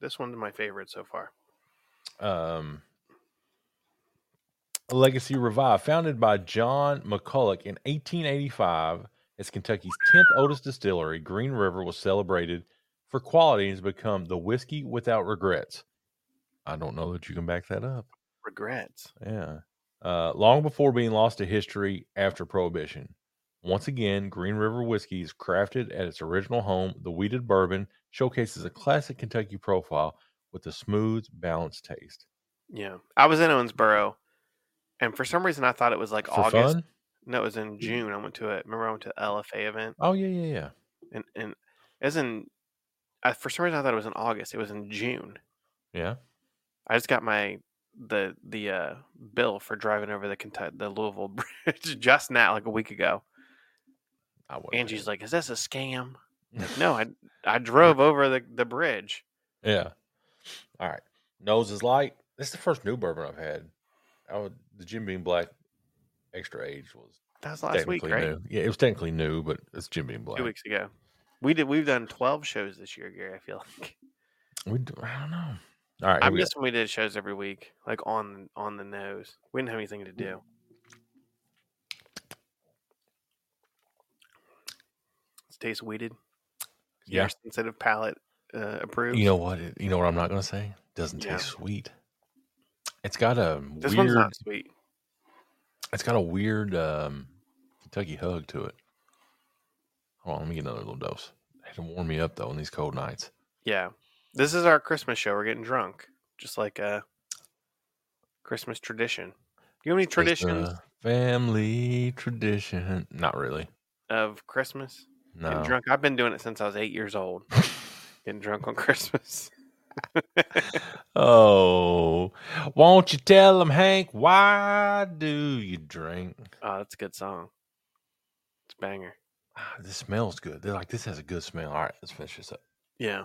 A: this one's my favorite so far.
B: um, Legacy Revive, founded by John McCulloch in 1885 as Kentucky's 10th oldest distillery, Green River was celebrated for quality and has become the whiskey without regrets. I don't know that you can back that up.
A: Regrets.
B: Yeah. Uh, long before being lost to history after Prohibition. Once again, Green River whiskey is crafted at its original home. The weeded bourbon showcases a classic Kentucky profile with a smooth, balanced taste.
A: Yeah. I was in Owensboro, and for some reason I thought it was like
B: For
A: August.
B: fun? Mm.
A: No, it was in June. I went to it. Remember, I went to the LFA event,
B: Oh, yeah, yeah, yeah.
A: and and as in, I, for some reason I thought it was in August. It was in June.
B: Yeah.
A: I just got my the the uh, bill for driving over the Kentucky, the Louisville [laughs] Bridge just now, like a week ago.
B: I was.
A: Angie's like, "Is this a
B: [laughs]
A: scam?" Like, no, I I drove over the the bridge.
B: Yeah. All right. Nose is light. This is the first new bourbon I've had. I would, the Jim Beam Black Extra Age was
A: That was last week,
B: technically
A: right?
B: new. Yeah, it was technically new, but it's Jim Beam Black.
A: Two weeks ago. We did. We've done twelve shows this year, Gary. I feel [laughs] like
B: We d- I don't know. All right.
A: I
B: here we go.
A: miss when we did shows every week, like on on the nose. We didn't have anything
B: Mm.
A: to do. It tastes weeded.
B: Yeah.
A: Your sensitive palate uh, approves.
B: You know what? it- You know what I'm not going to say. Doesn't
A: Yeah.
B: taste sweet. It's got a
A: this one's
B: weird.
A: not sweet.
B: It's got a weird um, Kentucky hug to it. Hold on, let me get another little dose. It will warm me up though on these cold nights.
A: Yeah. This is our Christmas show. We're getting drunk, just like a Christmas tradition. Do you have any
B: It's a
A: traditions
B: family tradition. Not really.
A: of Christmas?
B: No.
A: Getting drunk. I've been doing it since I was eight years old. getting drunk on [laughs] Christmas.
B: oh, won't you tell them, Hank? Why do you drink?
A: Oh, that's a good song. It's a banger.
B: Ah, This smells good. They're like, this has a good smell. All right, let's finish this up.
A: Yeah.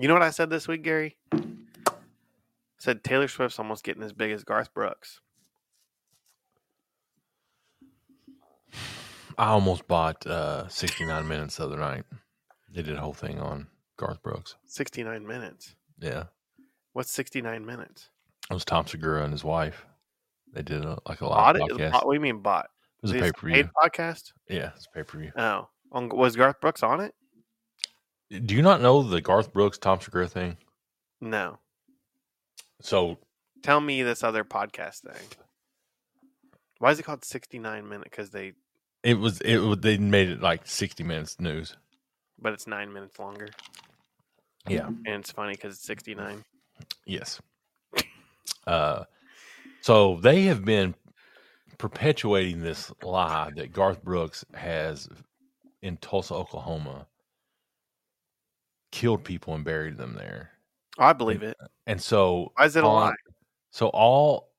A: You know what I said this week, Gary? I said Taylor Swift's almost getting as big as Garth Brooks.
B: I almost bought uh, 69 minutes the other night. They did a whole thing on Garth Brooks.
A: 69 minutes.
B: Yeah,
A: What's 69 minutes?
B: it was Tom Segura and his wife. They did a, like a live
A: Bought it?
B: podcast.
A: Bought- What do you mean bought?
B: it was a
A: Is
B: pay
A: it
B: per
A: paid
B: view.
A: podcast?
B: Yeah, it's pay per view.
A: Oh. On, was Garth Brooks on it?
B: Do you not know the Garth Brooks Tom Segura thing?
A: No.
B: So
A: Tell me this other podcast thing. Why is it called 69 minute? Because they,
B: it was. It was, they made it like 60 minutes news.
A: but it's nine minutes longer.
B: Yeah.
A: And it's funny because it's 69.
B: Yes. Uh, so they have been perpetuating this lie that Garth Brooks has in Tulsa, Oklahoma, killed people and buried them there.
A: Oh, I believe it.
B: And so,
A: Why is it a
B: on-
A: lie?
B: So all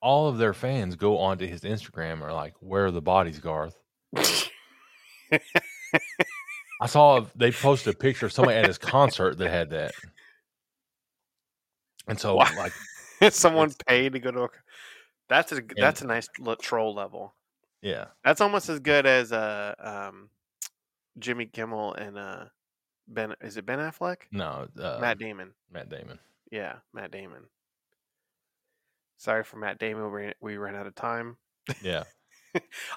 B: all of their fans go onto his Instagram and are like, "Where are the bodies, Garth?" I saw they posted a picture of somebody at his concert that had that. And so,
A: Why? [laughs]
B: like,
A: Someone paid to go to. A, that's a that's a nice l- troll level.
B: yeah,
A: That's almost as good as uh um, Jimmy Kimmel and uh Ben. Is it Ben Affleck?
B: no, uh,
A: Matt Damon.
B: Matt Damon.
A: Yeah, Matt Damon. Sorry for Matt Damon. We we ran out of time.
B: Yeah.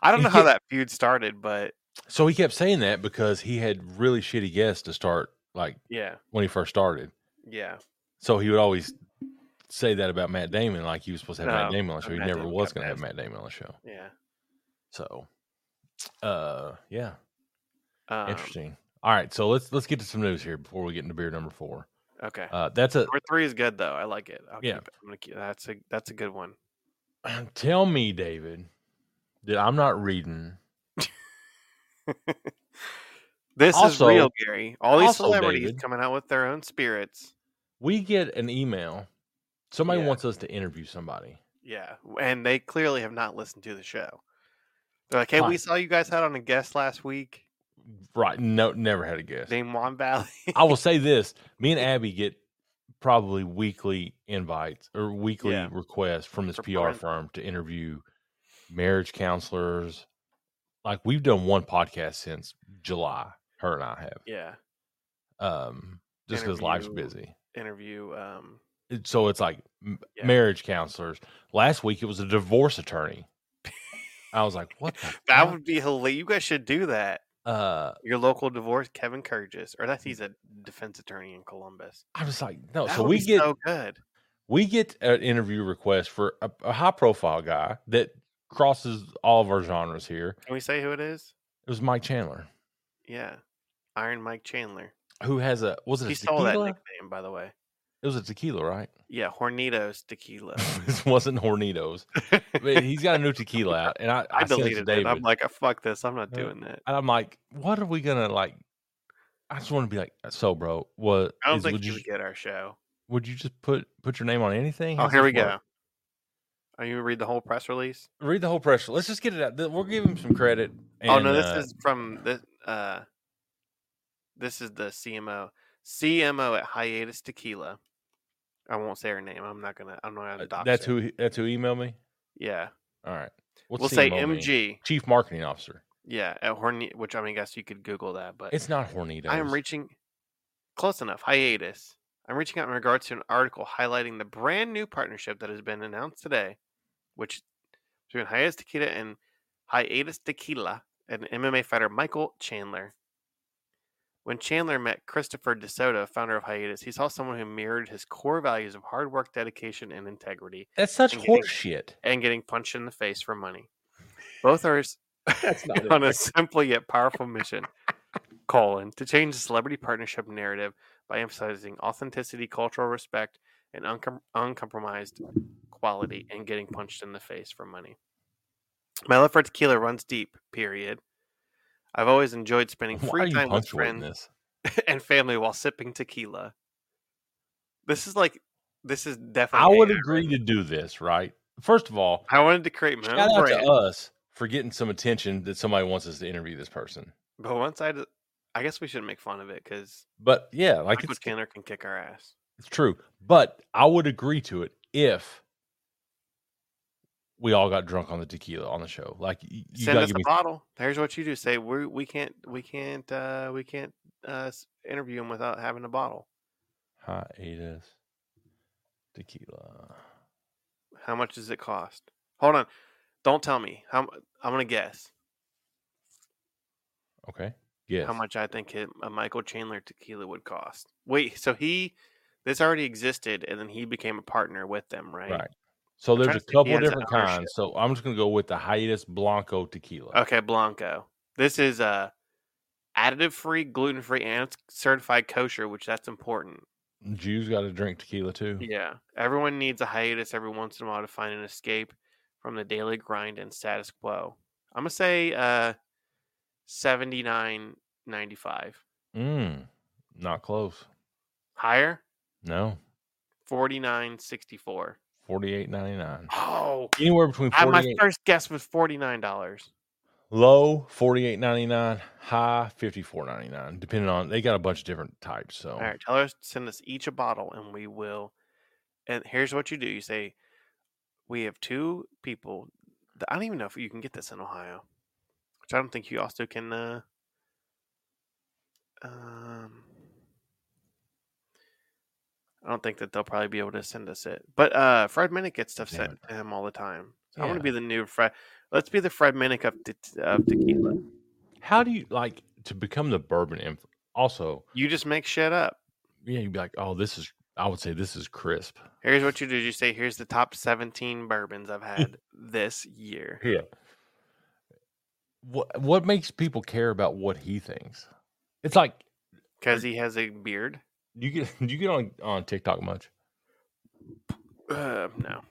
A: I don't
B: [laughs] You
A: know how
B: get-
A: that feud started, but
B: So he kept saying that because he had really shitty guests to start, like
A: yeah,
B: when he first started.
A: yeah.
B: So he would always say that about Matt Damon, like he was supposed to have Matt
A: No,
B: Damon on the
A: no,
B: show. He
A: Matt
B: never
A: Damon
B: was
A: got
B: going to have
A: passed.
B: Matt Damon on the show.
A: Yeah.
B: So, uh, yeah,
A: Um,
B: interesting. All right, so let's let's get to some news here before we get into beer number four.
A: Okay.
B: Uh, that's a [clears throat]
A: Number three is good though. I like it. I'll
B: Yeah.
A: Keep it. I'm gonna keep, that's a that's a good one.
B: tell me, David, that I'm not reading.
A: This
B: Also-
A: is real, Gary. All these
B: also,
A: celebrities
B: David-
A: coming out with their own spirits.
B: We get an email. Somebody
A: Yeah.
B: wants us to interview somebody.
A: Yeah, and they clearly have not listened to the show. They're like, hey, we
B: Fine.
A: saw you guys had on a guest last week,
B: Right. No, never had a guess.
A: named Mon Valley. [laughs]
B: I will say this: me and Abby get probably weekly invites or weekly
A: Yeah.
B: requests from this
A: For
B: PR
A: porn.
B: firm to interview marriage counselors. Like we've done one podcast since July. Her and I have,
A: yeah,
B: um, just because life's
A: Interview.
B: busy.
A: interview. Um,
B: It- So it's like m-
A: Yeah.
B: marriage counselors. Last week it was a divorce attorney. I was like, what? The
A: [laughs] that
B: fuck?
A: would be hilarious. You guys should do that.
B: uh,
A: Your local divorce, Kevin Kurgis, or that's he's a defense attorney in Columbus.
B: I was like, no.
A: That
B: Oh, so
A: would
B: we
A: be
B: get
A: so good.
B: we get an interview request for a, a high profile guy that crosses all of our genres here.
A: Can we say who it is?
B: It was Mike Chandler,
A: Yeah, Iron Mike Chandler.
B: who has a was it a
A: He
B: tequila?
A: stole that nickname, by the way.
B: It was a tequila, right? [laughs]
A: Yeah, Hornitos tequila. [laughs]
B: this wasn't Hornitos. But he's got a new
A: [laughs]
B: tequila out, and I, I,
A: I
B: sent it to
A: deleted it.
B: David,
A: I'm like, "Uh, fuck this. I'm not
B: Yeah.
A: doing that.
B: and I'm like, what are we gonna like? I just want to be like, "Uh, so, bro, what?
A: I don't
B: is-
A: think
B: would
A: you
B: you
A: would get our show.
B: would you just put put your name on anything?
A: Oh,
B: How's
A: here
B: this
A: we
B: work?
A: go. Are you gonna read the whole press release?
B: Read the whole press. release. Let's just get it out. Th- We'll give him some credit.
A: oh no,
B: and,
A: this
B: uh,
A: is from the. Uh, this is the CMO. CMO at Hiatus Tequila. I won't say her name. I'm not gonna. I'm not gonna.
B: uh,
A: dox
B: that's
A: her.
B: who he- that's who emailed me.
A: Yeah,
B: All right. What's
A: we'll say
B: CMO mean?
A: MG.
B: Chief Marketing Officer.
A: Yeah, at Horny. Which I mean, I guess you could Google that, but
B: It's not Hornitos.
A: I am reaching close enough. Hiatus. I'm reaching out in regards to an article highlighting the brand new partnership that has been announced today, which between Hiatus Tequila and Hiatus Tequila and MMA fighter Michael Chandler. When Chandler met Christopher DeSoto, founder of Hiatus, he saw someone who mirrored his core values of hard work, dedication, and integrity,
B: That's such
A: I'm getting-
B: horse shit.
A: and getting punched in the face for money. Both are s-
B: That's
A: [laughs]
B: not
A: on a simple yet powerful mission colon to change the celebrity partnership narrative by emphasizing authenticity cultural respect and uncom- uncompromised quality and getting punched in the face for money my love for tequila runs deep period i've always enjoyed spending
B: Why are
A: free
B: you
A: time with
B: punctuating
A: friends
B: this?
A: and family while sipping tequila this is like this is
B: I
A: definitely
B: would
A: AI
B: agree
A: written.
B: to do this, right? First of all,
A: i wanted to create my
B: shout
A: own
B: out
A: brand
B: to us for getting some attention that somebody wants us to interview this person.
A: but once i d- i guess we shouldn't make fun of it because
B: But yeah, like
A: michael
B: it's,
A: chandler can kick our ass
B: it's true. But I would agree to it if we all got drunk on the tequila on the show. Like y- you
A: send
B: gotta
A: us
B: give
A: a
B: me
A: bottle. Here's what you do: say we we can't we can't uh, we can't uh, s- interview him without having a bottle.
B: hiatus tequila.
A: How much does it cost? Hold on, don't tell me. How mu- I'm gonna guess
B: Okay. Yes.
A: how much I think it- a Michael Chandler tequila would cost. Wait, so he this already existed, and then he became a partner with them, right?
B: Right. So
A: trying
B: there's
A: to
B: a
A: think he
B: couple
A: has
B: different
A: another shit.
B: kinds. So I'm just gonna go with the hiatus blanco tequila.
A: Okay, Blanco. This is uh, additive free, gluten free, and it's certified kosher, which that's important.
B: Jews got to drink tequila too.
A: Yeah. Everyone needs a hiatus every once in a while to find an escape from the daily grind and status quo. I'm gonna say uh seventy nine ninety five.
B: Mm, not close.
A: Higher?
B: No,
A: Forty nine sixty four.
B: forty eight ninety
A: [sighs]
B: nine.
A: Oh
B: Anywhere between
A: I, my
B: forty eight
A: first guess was forty nine dollars.
B: low, forty eight ninety nine high, fifty four ninety nine. Depending on they got a bunch of different types. So
A: All right, tell us send us each a bottle and we will and here's what you do. You say we have two people that, I don't even know if you can get this in Ohio. Which I don't think you also can uh um I don't think that they'll probably be able to send us it. But uh Fred Minnick gets stuff
B: Damn
A: sent to him all the time. So I want
B: Yeah.
A: to be the new Fred let's be the Fred Minnick of, te- of tequila.
B: how do you like to become the bourbon influence? Also,
A: You just make shit up.
B: yeah, you'd be like, oh, this is. I would say this is crisp.
A: Here's what you do. You say, here's the top 17 bourbons
B: Hmm.
A: I've had this year.
B: Yeah. What what makes people care about what he thinks? It's like
A: Because he has a beard.
B: you get [laughs] you get on on TikTok much.
A: Uh, no.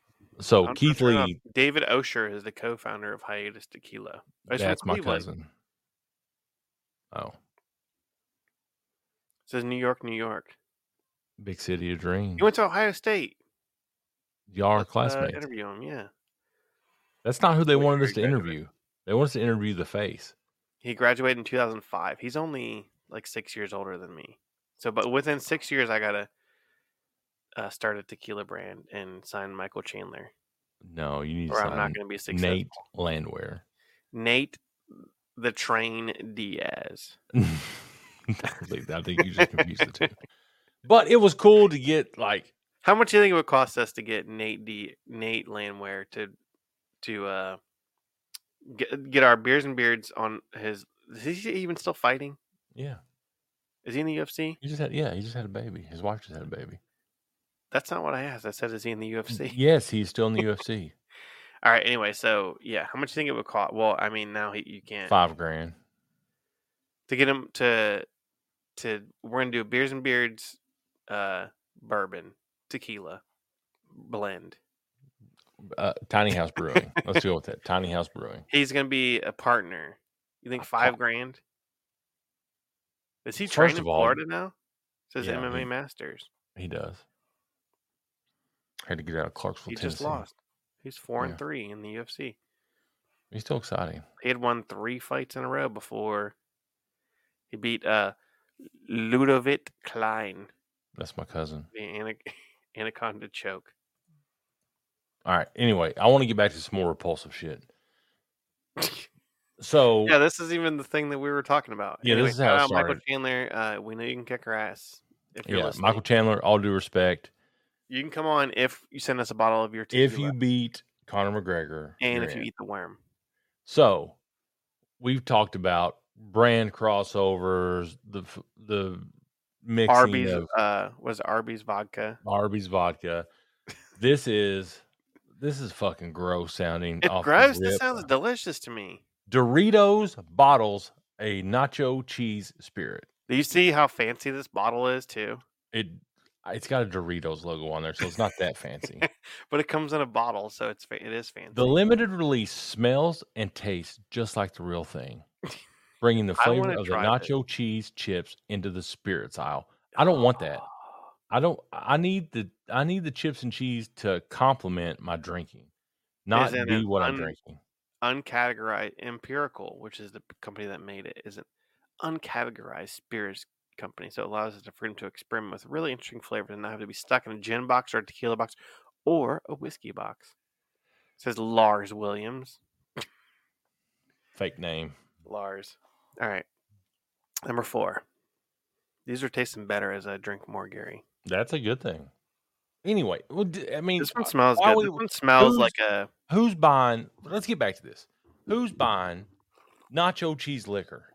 B: So
A: I'm-
B: Oh, Keith
A: I'm not-
B: Lee,
A: David Osher is the co founder of Hiatus Tequila. He's from
B: that's my
A: Cleveland.
B: cousin. Oh,
A: says New York, New York.
B: big city of dreams.
A: He went to Ohio State.
B: Y'all are
A: Let's, uh,
B: classmates.
A: interview him, yeah.
B: that's not who they
A: Wait,
B: wanted
A: you're
B: us to
A: exactly right.
B: interview. They want us to interview the face.
A: He graduated in 2005. He's only like six years older than me. So, but within six years, I gotta uh, start a tequila brand and sign Michael Chandler,
B: No, you need to
A: or I'm not
B: sign
A: gonna be successful.
B: Nate
A: Nate,
B: Landwehr. [laughs]
A: the Train Diaz.
B: I think- I think you just confused the
A: [laughs]
B: two. But it was cool to get like
A: How much do you think it would cost us to get Nate D Nate Landwehr to to uh get, get our beers and beards on his? Is he even still fighting?
B: yeah.
A: Is he in the UFC?
B: He just had yeah, he just had a baby. His wife just had a baby.
A: That's not what I asked. I said, is he in the UFC?
B: Yes, he's still
A: [laughs]
B: in the UFC.
A: All right. Anyway, so yeah, how much do you think it would cost? Well, I mean, now he, you can't
B: Five grand.
A: to get him to to. We're gonna do beers and beards, uh, bourbon, tequila, blend.
B: Uh, Tiny House Brewing. Let's deal with that. Tiny House Brewing.
A: He's gonna be a partner. You think
B: I
A: five
B: thought-
A: grand? Is he
B: First
A: trained in
B: of all,
A: Florida now? It Says
B: yeah,
A: MMA
B: he-
A: Masters.
B: He does. Had to get out of Clarksville,
A: He
B: Tennessee.
A: just lost. He's four
B: Yeah.
A: and three in the UFC.
B: He's still exciting.
A: He had won three fights in a row before he beat uh Ludovic Klein,
B: That's my cousin.
A: the ana- [laughs] anaconda choke.
B: All right. Anyway, I want to get back to some more repulsive shit. So
A: [laughs] Yeah, this is even the thing that we were talking about.
B: Oh. Yeah, this is how
A: shout
B: it
A: out Michael
B: started.
A: Chandler. Uh, we know you can kick our ass. If you're
B: yeah,
A: listening.
B: Michael Chandler, all due respect.
A: you can come on if you send us a bottle of your tequila
B: If you beat Conor McGregor,
A: and
B: you're
A: if you
B: in.
A: eat the worm.
B: So, we've talked about brand crossovers, the f- the mixing
A: Arby's
B: of
A: uh was it Arby's vodka.
B: Arby's vodka. This is this is fucking gross sounding.
A: It
B: off the
A: gross. This
B: rip. uh
A: sounds delicious to me.
B: Doritos bottles a nacho cheese spirit.
A: Do you see how fancy this bottle is too?
B: It it's got a Doritos logo on there, so it's not
A: [laughs]
B: that fancy.
A: But it comes in a bottle, so it's fa- it is fancy.
B: the limited release smells and tastes just like the real thing, bringing the
A: [laughs] I
B: flavor
A: wanna
B: of the
A: try this.
B: nacho cheese chips into the spirits aisle. I don't want
A: Ah.
B: that. I don't. I need the I need the chips and cheese to complement my drinking, not
A: Isn't
B: be
A: it
B: what I'm
A: un-
B: drinking.
A: [gasps] Uncategorized empirical, which is the p- company that made it, is an uncategorized spirits company, so it allows us the freedom to experiment with really interesting flavors and not have to be stuck in a gin box or a tequila box or a whiskey box. says Lars Williams.
B: Fake name.
A: Lars. All right. Number four. These are tasting better as I drink more, Gary.
B: That's a good thing. Anyway, well, d- I mean,
A: This one smells
B: why
A: good.
B: we-
A: This one smells
B: who's-
A: like a.
B: who's buying? Let's get back to this. Who's buying nacho cheese liquor?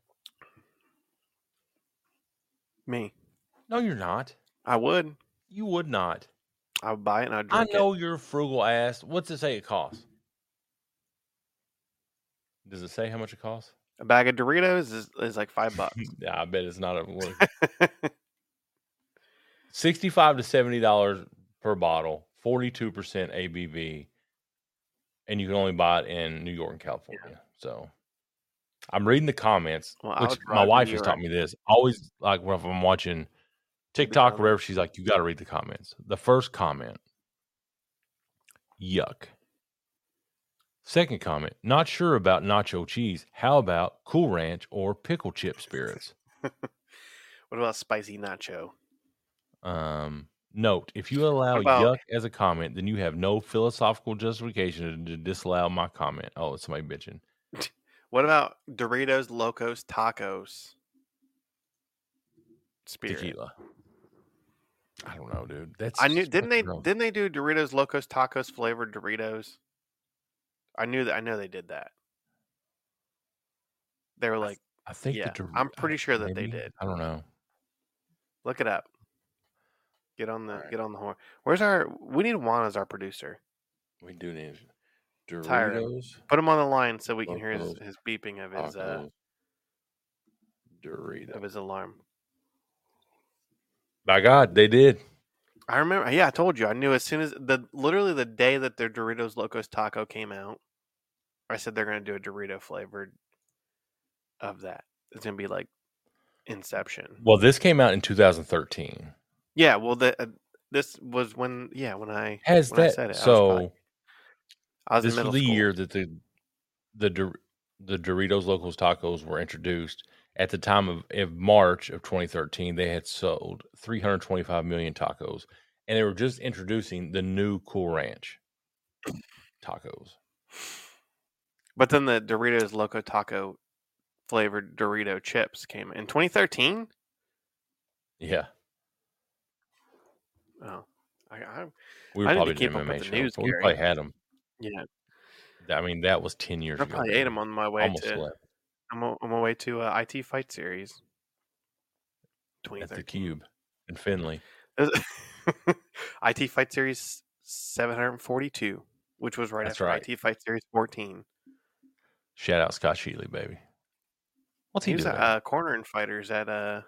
A: Me.
B: No, you're not.
A: I would.
B: You would not.
A: I would buy it and I'd
B: I
A: drink
B: know
A: it.
B: your frugal ass. What's it say it costs? Does it say how much it costs?
A: A bag of Doritos is, is like five
B: [laughs]
A: bucks. [laughs]
B: Yeah, I bet it's not a one. Sixty-five to seventy dollars per bottle, forty-two percent ABV, and you can only buy it in New York and California. So, I'm reading the comments,
A: Well, I
B: which
A: would drive
B: my
A: to
B: wife
A: New
B: has
A: York.
B: taught me this. Always like when I'm watching TikTok or wherever, she's like, "You got to read the comments." The first comment, yuck. Second comment, not sure about nacho cheese. How about Cool Ranch or pickle
A: [laughs]
B: chip spirits?
A: what about spicy nacho?
B: Um, note: If you allow
A: about-
B: yuck as a comment, then you have no philosophical justification to, to disallow my comment. Oh, it's somebody bitching.
A: What about Doritos Locos Tacos? Spirit.
B: Tequila. I don't know, dude. That's
A: I knew.
B: just
A: Didn't they?
B: fucking gross.
A: Didn't they do Doritos Locos Tacos flavored Doritos? I knew that. I know they did that. They were
B: th-
A: like,
B: I think. the
A: yeah,
B: Dor-
A: I'm
B: I-
A: pretty sure that they
B: maybe?
A: did.
B: I don't know.
A: look it up. Get on the
B: Alright.
A: get on the horn. Where's our? We need Juan as our producer.
B: We do need
A: Tired. Put him on the line so we can hear his,
B: Locos
A: his beeping of his uh, of
B: Doritos.
A: his alarm.
B: By God, they did.
A: I remember. Yeah, I told you. I knew as soon as the literally the day that their Doritos Locos Taco came out, I said they're going to do a Dorito flavored of that. It's going to be like Inception.
B: Well, this came out in 2013.
A: Yeah. Well, the uh, this was when yeah when I
B: Has
A: when I
B: that
A: said it, I was
B: so?
A: probably- I was in
B: this was
A: middle
B: the
A: school.
B: year that the the Dor- the Doritos Locos Tacos were introduced, at the time of, of March of 2013, they had sold 325 million tacos, and they were just introducing the new Cool Ranch tacos.
A: But then the Doritos Loco Taco flavored Dorito chips came in 2013.
B: Yeah,
A: Oh, I, I
B: we
A: I
B: were
A: need to
B: probably
A: keep
B: doing
A: up with
B: MMA
A: the
B: show,
A: news,
B: but we
A: Gary.
B: probably had them.
A: yeah,
B: I mean, that was 10 years
A: I
B: ago.
A: probably ate them on my way
B: almost
A: to
B: left
A: I'm on on my way to uh, IT Fight Series.
B: at the
A: 2013.
B: cube in Finley.
A: [laughs] IT Fight Series 742, which was right
B: That's
A: after
B: right.
A: IT Fight Series 14.
B: Shout out Scott Sheely, baby. What's
A: He
B: he
A: was
B: doing?
A: at, uh, cornering fighters at uh.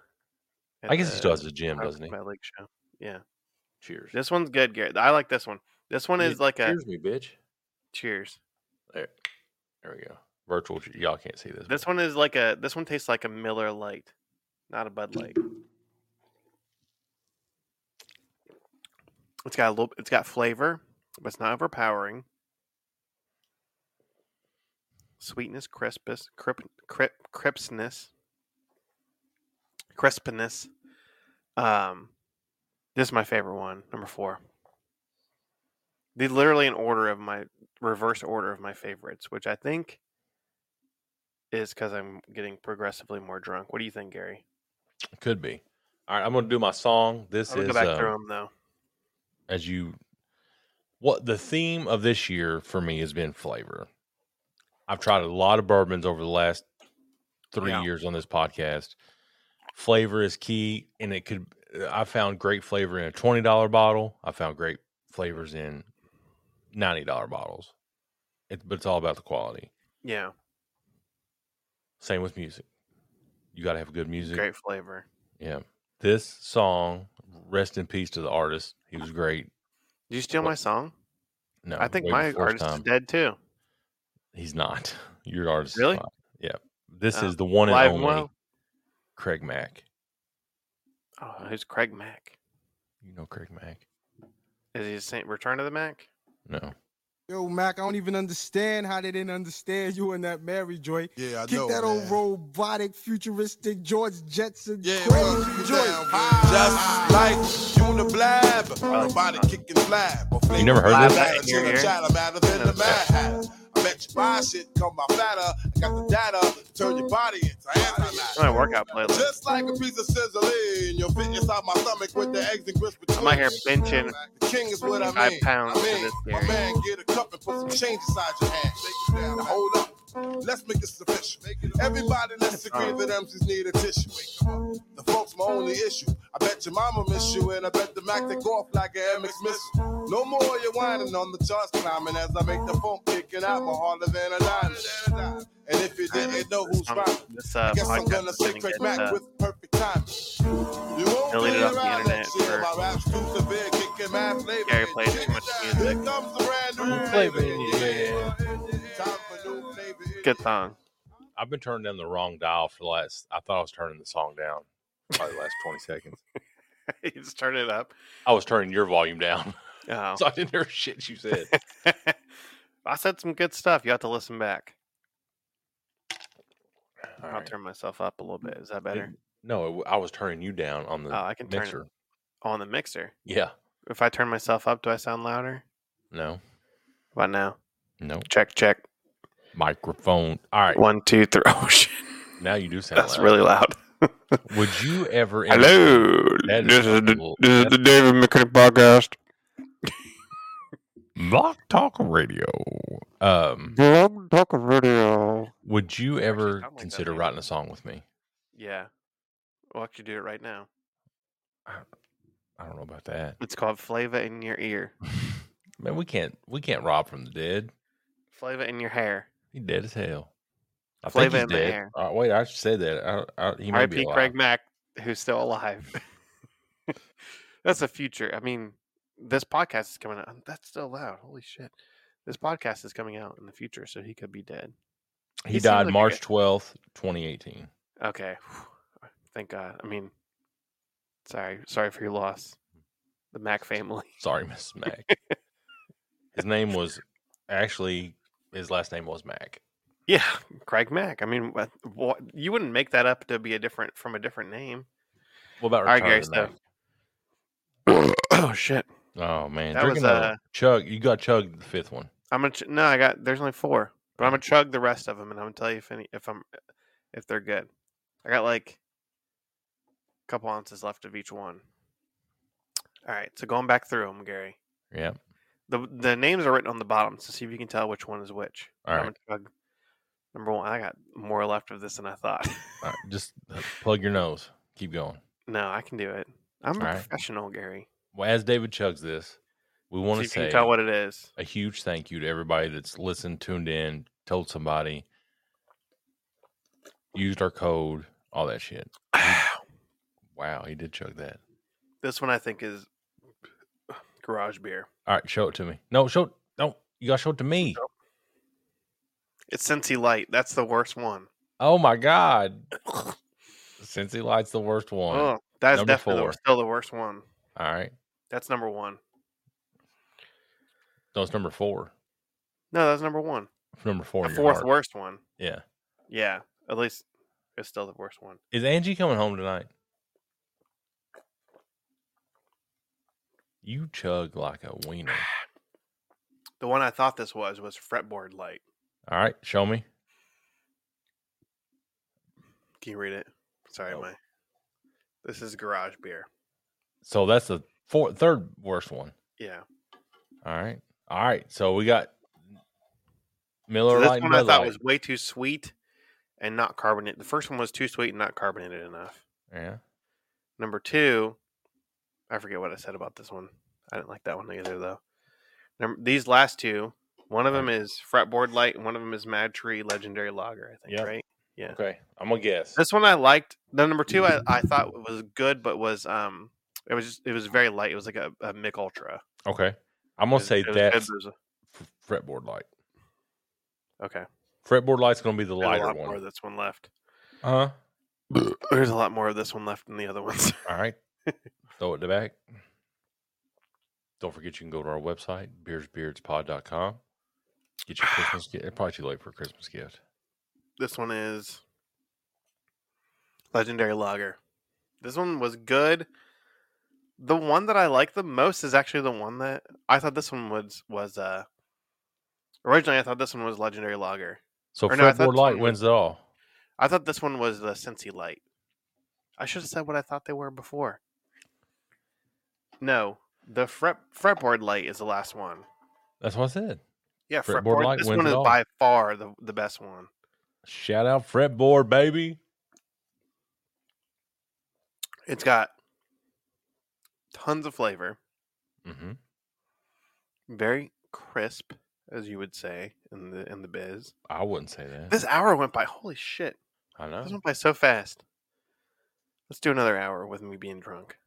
B: I guess he still has
A: a
B: a gym, doesn't he?
A: League show. Yeah,
B: Cheers.
A: uh, this one's good, Garrett. I like this one. This one
B: Yeah,
A: is like a
B: Cheers, me bitch.
A: cheers.
B: There, there we go. Virtual. che- Y'all can't see this.
A: This one is like a. This one tastes like a Miller Light, not a Bud Light. It's got a little. It's got flavor, but it's not overpowering. Sweetness, crispness, crip, crip, crispness, crispness. Um, this is my favorite one, number four. They literally in order of my reverse order of my favorites, which I think is because I'm getting progressively more drunk. What do you think, Gary?
B: could be. All right, I'm going to do my song. This
A: I'm gonna
B: is
A: go back
B: um,
A: through them though.
B: as you what the theme of this year for me has been flavor. I've tried a lot of bourbons over the last three
A: Yeah.
B: years on this podcast. Flavor is key, and it could. I found great flavor in a twenty dollar bottle. I found great flavors in ninety dollar bottles. It, but it's all about the quality.
A: Yeah,
B: Same with music. You got to have good music.
A: great flavor.
B: Yeah. This song, rest in peace to the artist. He was great.
A: Did you steal
B: What-
A: my song?
B: No,
A: I think
B: way
A: my
B: before his
A: artist is dead too.
B: He's not. [laughs] Your artist
A: Really?
B: is not. Yeah. This
A: Oh.
B: is the one and
A: Live and
B: only
A: well.
B: Craig Mack.
A: Oh, who's Craig Mack?
B: You know Craig Mack.
A: Is he Saint Return of the Mac?
B: No.
D: Yo, Mac, I don't even understand how they didn't understand you and that Mary Joy.
E: Yeah, I
D: Kick
E: know.
D: that old
E: man.
D: robotic, futuristic George Jetson
E: Yeah,
D: crazy joint.
E: Just like
A: like
E: Uniblab, nobody
A: that.
E: kicking flab. or
B: You never heard
E: flavor
B: this?
E: flatter
A: Back here,
E: to the
A: here.
E: chatter, madder than
A: No.
E: the Mad Hatter. I bet you buy shit, come my fatter. I got the data, turn your body into
A: It's my
E: anti
A: workout playlist.
E: Just like a piece of sizzling, you'll fit inside my stomach with the eggs and grits between.
A: I'm out here benching
E: The king is what I
A: five
E: mean.
A: pounds
E: I
A: to
E: mean,
A: this
E: my
A: Gary.
E: man, get a cup and put some change inside your hand. Shake it down. Now hold up. Let's make this official. Everybody, let's agree that MCs need a tissue. Wake up. The folks, my only issue. I bet your mama miss you, and I bet the Mac take off like an MX missile. No more you whining on the charts climbing as I make the phone kicking out more harder than a nine. And if you didn't know
A: This
E: who's
A: song-
E: rhyming,
A: This uh,
E: guess I'm
A: podcast
E: gonna
A: is
E: say
A: getting
E: Craig
A: good,
E: Mack
A: uh,
E: with perfect timing. You won't
A: Deleted
E: be
A: off the
E: around
A: internet
E: next year.
A: for
E: My rap's too severe, kicking mad flavor.
A: Gary played too much music.
E: Here comes the brand new
B: Flavor
E: flavor.
B: in your
E: Yeah. Time for new flavor. in
A: good
E: your
A: song. [laughs]
B: I've been turning down the wrong dial for the last I thought I was turning the song down. Probably the last twenty seconds.
A: you just turn it up.
B: I was turning your volume down. [laughs]
A: Oh.
B: So I didn't hear shit you said.
A: I said some good stuff. You have to listen back.
B: All
A: [laughs] I'll
B: right.
A: turn myself up a little bit. Is that better?
B: No, it w- I was turning you down on the
A: Oh, I can turn it-
B: mixer.
A: On the mixer.
B: Yeah.
A: If I turn myself up, do I sound louder?
B: No.
A: What now?
B: No.
A: Check, check.
B: Microphone. All right.
A: One, two, three. [laughs] Oh, shit.
B: Now you do sound
A: That's
B: loud.
A: really loud.
B: Would you ever entertain-
A: Hello.
B: That is
A: This is, the,
B: cool.
A: this is
B: That's-
A: the David McKinney podcast.
B: Block Talk Radio. Um,
A: Blog Talk Radio.
B: would you ever
A: sound like that
B: consider
A: thing.
B: writing a song with me?
A: Yeah. We'll actually do it right now.
B: I don't know about that. [laughs]
A: It's called Flavor in Your Ear,
B: Man, we can't we can't rob from the dead.
A: Flavor in Your Hair.
B: He dead as hell. I
A: Flavor
B: think
A: in the
B: he's dead.
A: air.
B: Uh, wait, I said that. I, I, he might be
A: R.I.P.
B: alive.
A: Craig Mack, who's still alive. [laughs] That's the future. I mean, this podcast is coming out. That's still loud. Holy shit. This podcast is coming out in the future, so he could be dead.
B: he,
A: he seemed like
B: died
A: a
B: March
A: guy-
B: twelfth, twenty eighteen.
A: Okay. [sighs] Thank God. I mean, sorry. Sorry for your loss. The Mac family. [laughs]
B: Sorry, [laughs] Miss Mac. his name was actually his last name was Mac.
A: Yeah, Craig Mack. I mean, what, what, you wouldn't make that up to be a different from a different name.
B: What about
A: All right,
B: return
A: Gary.
B: of the
A: So,
B: Mac?
A: [coughs] oh shit,
B: Oh man,
A: That
B: drinking
A: was,
B: a
A: uh,
B: chug. You got chug the fifth one.
A: I'm gonna. Ch- no, I got. There's only four, but I'm gonna chug the rest of them, and I'm gonna tell you if any, if I'm, if they're good. I got like a couple ounces left of each one. All right, so going back through them, Gary.
B: Yeah.
A: The the names are written on the bottom, so see if you can tell which one is which.
B: All
A: I'm
B: right.
A: gonna chug number one. I got more left of this than I thought. [laughs]
B: All right, Uh, just plug your nose. Keep going.
A: no, I can do it. I'm a
B: All right.
A: professional, Gary.
B: Well, as David chugs this, we
A: See
B: want
A: if
B: to
A: you
B: say
A: can tell what it
B: [clears throat]
A: is.
B: a huge thank you to everybody that's listened, tuned in, told somebody, used our code, all that shit. Wow, he did chug that.
A: this one I think is [sighs] garage beer.
B: All right, show it to me. No, show no, you gotta show it to me.
A: It's Scentsy Light. That's the worst one.
B: Oh my god. Cincy Light's the worst one.
A: Oh, that's
B: Number
A: definitely the-
B: four.
A: still the worst one.
B: All right.
A: That's number one.
B: No, it's number four.
A: No, that's number one.
B: Number four.
A: The
B: in your
A: fourth
B: heart.
A: worst one.
B: Yeah.
A: Yeah, at least it's still the worst one.
B: Is Angie coming home tonight? You chug like a wiener.
A: The one I thought this was was Fretboard Light.
B: All right, show me.
A: Can you read it? Sorry,
B: Nope.
A: my. This is garage beer.
B: So that's the four, third worst one.
A: Yeah,
B: All right. All right. So we got
A: So
B: Miller
A: this
B: Lite and
A: one I
B: Bud
A: thought
B: Light.
A: was way too sweet and not carbonated. The first one was too sweet and not carbonated enough.
B: Yeah.
A: Number two, I forget what I said about this one. I didn't like that one either, though. Number, these last two, one of them is Fretboard Light, and one of them is Mad Tree Legendary Lager, I think,
B: Yep.
A: right? Yeah.
B: Okay. I'm gonna guess.
A: This one I liked. The number two I,
B: [clears throat]
A: I thought was good, but was um, it was just, it was very light. It was like a, a Mick Ultra.
B: Okay. I'm gonna
A: It-
B: say
A: it was good,
B: that's
A: but it was
B: f- fretboard light.
A: a- okay.
B: Fretboard light's gonna be the
A: There's a
B: lighter
A: lot more of
B: one.
A: this one left.
B: Uh huh.
A: There's a lot more of this one left than the other ones.
B: All right. [laughs] Throw it to back. Don't forget you can go to our website, beersbeardspod.com.
A: [sighs]
B: Get your Christmas gift. It's probably too late for a Christmas gift.
A: This one is Legendary Lager. This one was good. The one that I like the most is actually the one that I thought this one was was uh originally I thought this one was Legendary Lager.
B: So
A: Or no, I thought
B: fretboard
A: this
B: light
A: one was-
B: wins it all.
A: I thought this one was the Scentsy Light. I should have said what I thought they were before. No, the fret fretboard light is the last one.
B: That's what I said.
A: Yeah,
B: Fretboard
A: fretboard.
B: light
A: this
B: wins
A: one
B: it
A: is
B: all.
A: by far the the best one.
B: Shout out fretboard, baby.
A: It's got tons of flavor.
B: Mm-hmm.
A: very crisp, as you would say in the in the biz.
B: I wouldn't say that.
A: This hour went by. Holy shit!
B: I know.
A: This went by so fast. Let's do another hour with me being drunk.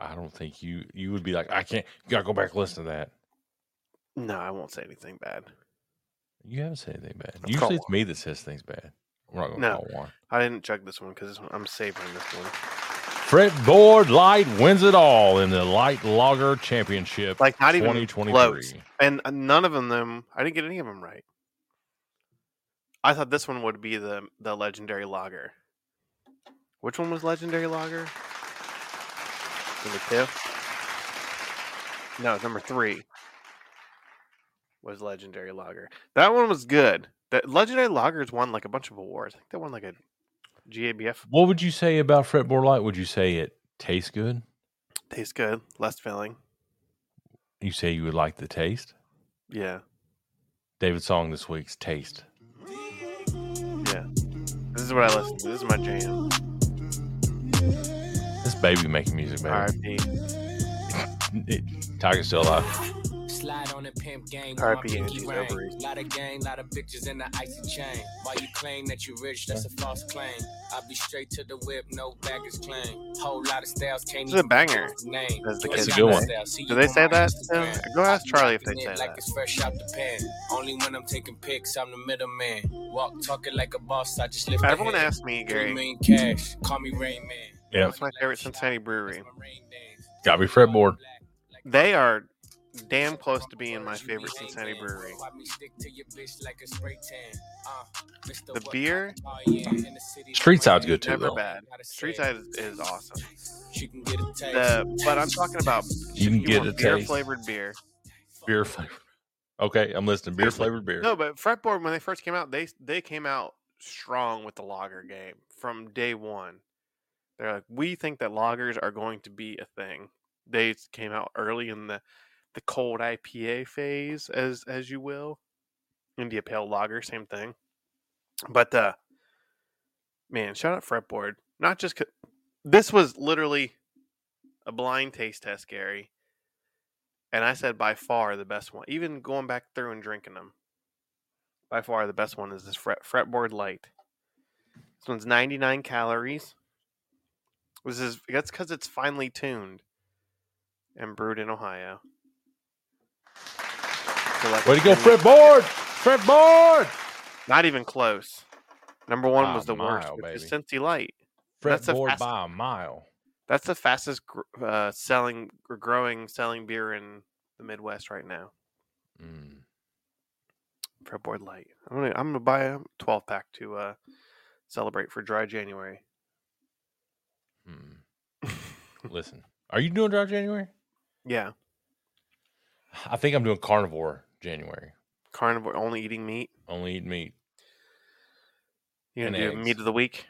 B: I don't think you you would be like, I can't. You gotta go back and listen to that.
A: No, I won't say anything bad.
B: You haven't said anything bad.
A: Let's call
B: Usually it's me that says things bad. We're not gonna
A: No.
B: call one.
A: I didn't chug this one because I'm savoring this one.
B: Fretboard light wins it all in the light lager championship.
A: Like not even close.
B: 2023.
A: And uh, none of them- them. I didn't get any of them right. I thought this one would be the the legendary lager. Which one was legendary lager? Number two. No, number three was legendary lager. That one was good. That legendary lagers won like a bunch of awards. I think they won like a GABF.
B: What would you say about fretboard light? Would you say it tastes good?
A: Tastes good, less filling.
B: You say you would like the taste?
A: Yeah,
B: David's song this week's taste.
A: yeah. This is what I listen to. This is my jam.
B: This baby making music, baby.
A: R.I.P.
B: It- Tiger's still alive.
F: Slide on the pimp game. with
A: R.I.P.
F: my pinky
A: Angie's
F: ring.
A: ovaries.
F: Lot of gang, lot of bitches in the icy chain. While you claim that you rich, that's a false claim. I'll be straight to the whip, no baggage claim. Whole lot of styles can't
A: This is a banger.
F: even name.
A: That's the
F: You ain't
B: kid's
F: got
B: good
F: no
B: one.
F: style, see
A: Do
F: you
A: they
F: on
A: say
F: my
A: that?
F: Instagram.
A: Tim? Go ask Charlie if they
F: Rocking
A: say
F: it like
A: that.
F: it's fresh out the pen. Only when I'm taking pics, I'm the middleman. Walk talking like a boss, I just lift a
A: Everyone
F: hand.
A: asked me,
F: Three
A: Gary,
F: million cash, call me Rain Man.
B: Yeah.
A: what's my favorite Cincinnati brewery?
F: That's my rain dance.
B: Gotta be fretboard.
A: They are damn close to being my favorite Cincinnati brewery.
F: oh, Uh,
A: The beer,
B: Street side's good too,
A: never
B: though.
A: bad. Street side is, is awesome.
F: She can get a taste.
A: The, but I'm talking about
B: You can
A: if
B: get
A: want
B: a
A: beer
B: taste.
A: flavored beer.
B: Beer flavor. Okay, I'm listening. Beer flavored beer.
A: No, but fretboard when they first came out, they they came out strong with the lager game from day one. They're like, we think that lagers are going to be a thing. They s- came out early in the the cold IPA phase, as as you will. India Pale Lager, same thing. But uh, man, shout out fretboard. Not just 'ca- this was literally a blind taste test, Gary. And I said by far the best one. Even going back through and drinking them, by far the best one is this fret, fretboard light. This one's 99 calories. This is that's because it's finely tuned and brewed in Ohio. So like
B: Way to
A: a
B: go,
A: thin-
B: fretboard! Fretboard!
A: Not even close. Number one
B: By a
A: was the worst,
B: mile,
A: which is
B: Ah, baby.
A: Scentsy Light. That's a
B: Fretboard
A: fast-
B: by a mile.
A: That's the fastest gr- uh, selling, or growing, selling beer in the Midwest right now.
B: Mm.
A: Fretboard Light. I'm gonna, I'm gonna buy a 12 pack to uh, celebrate for dry January.
B: Mm. Listen, are you doing dry January?
A: yeah,
B: I think I'm doing carnivore January.
A: carnivore, only eating meat.
B: Only eat meat.
A: You
B: And
A: gonna do a meat
B: eggs.
A: of the week?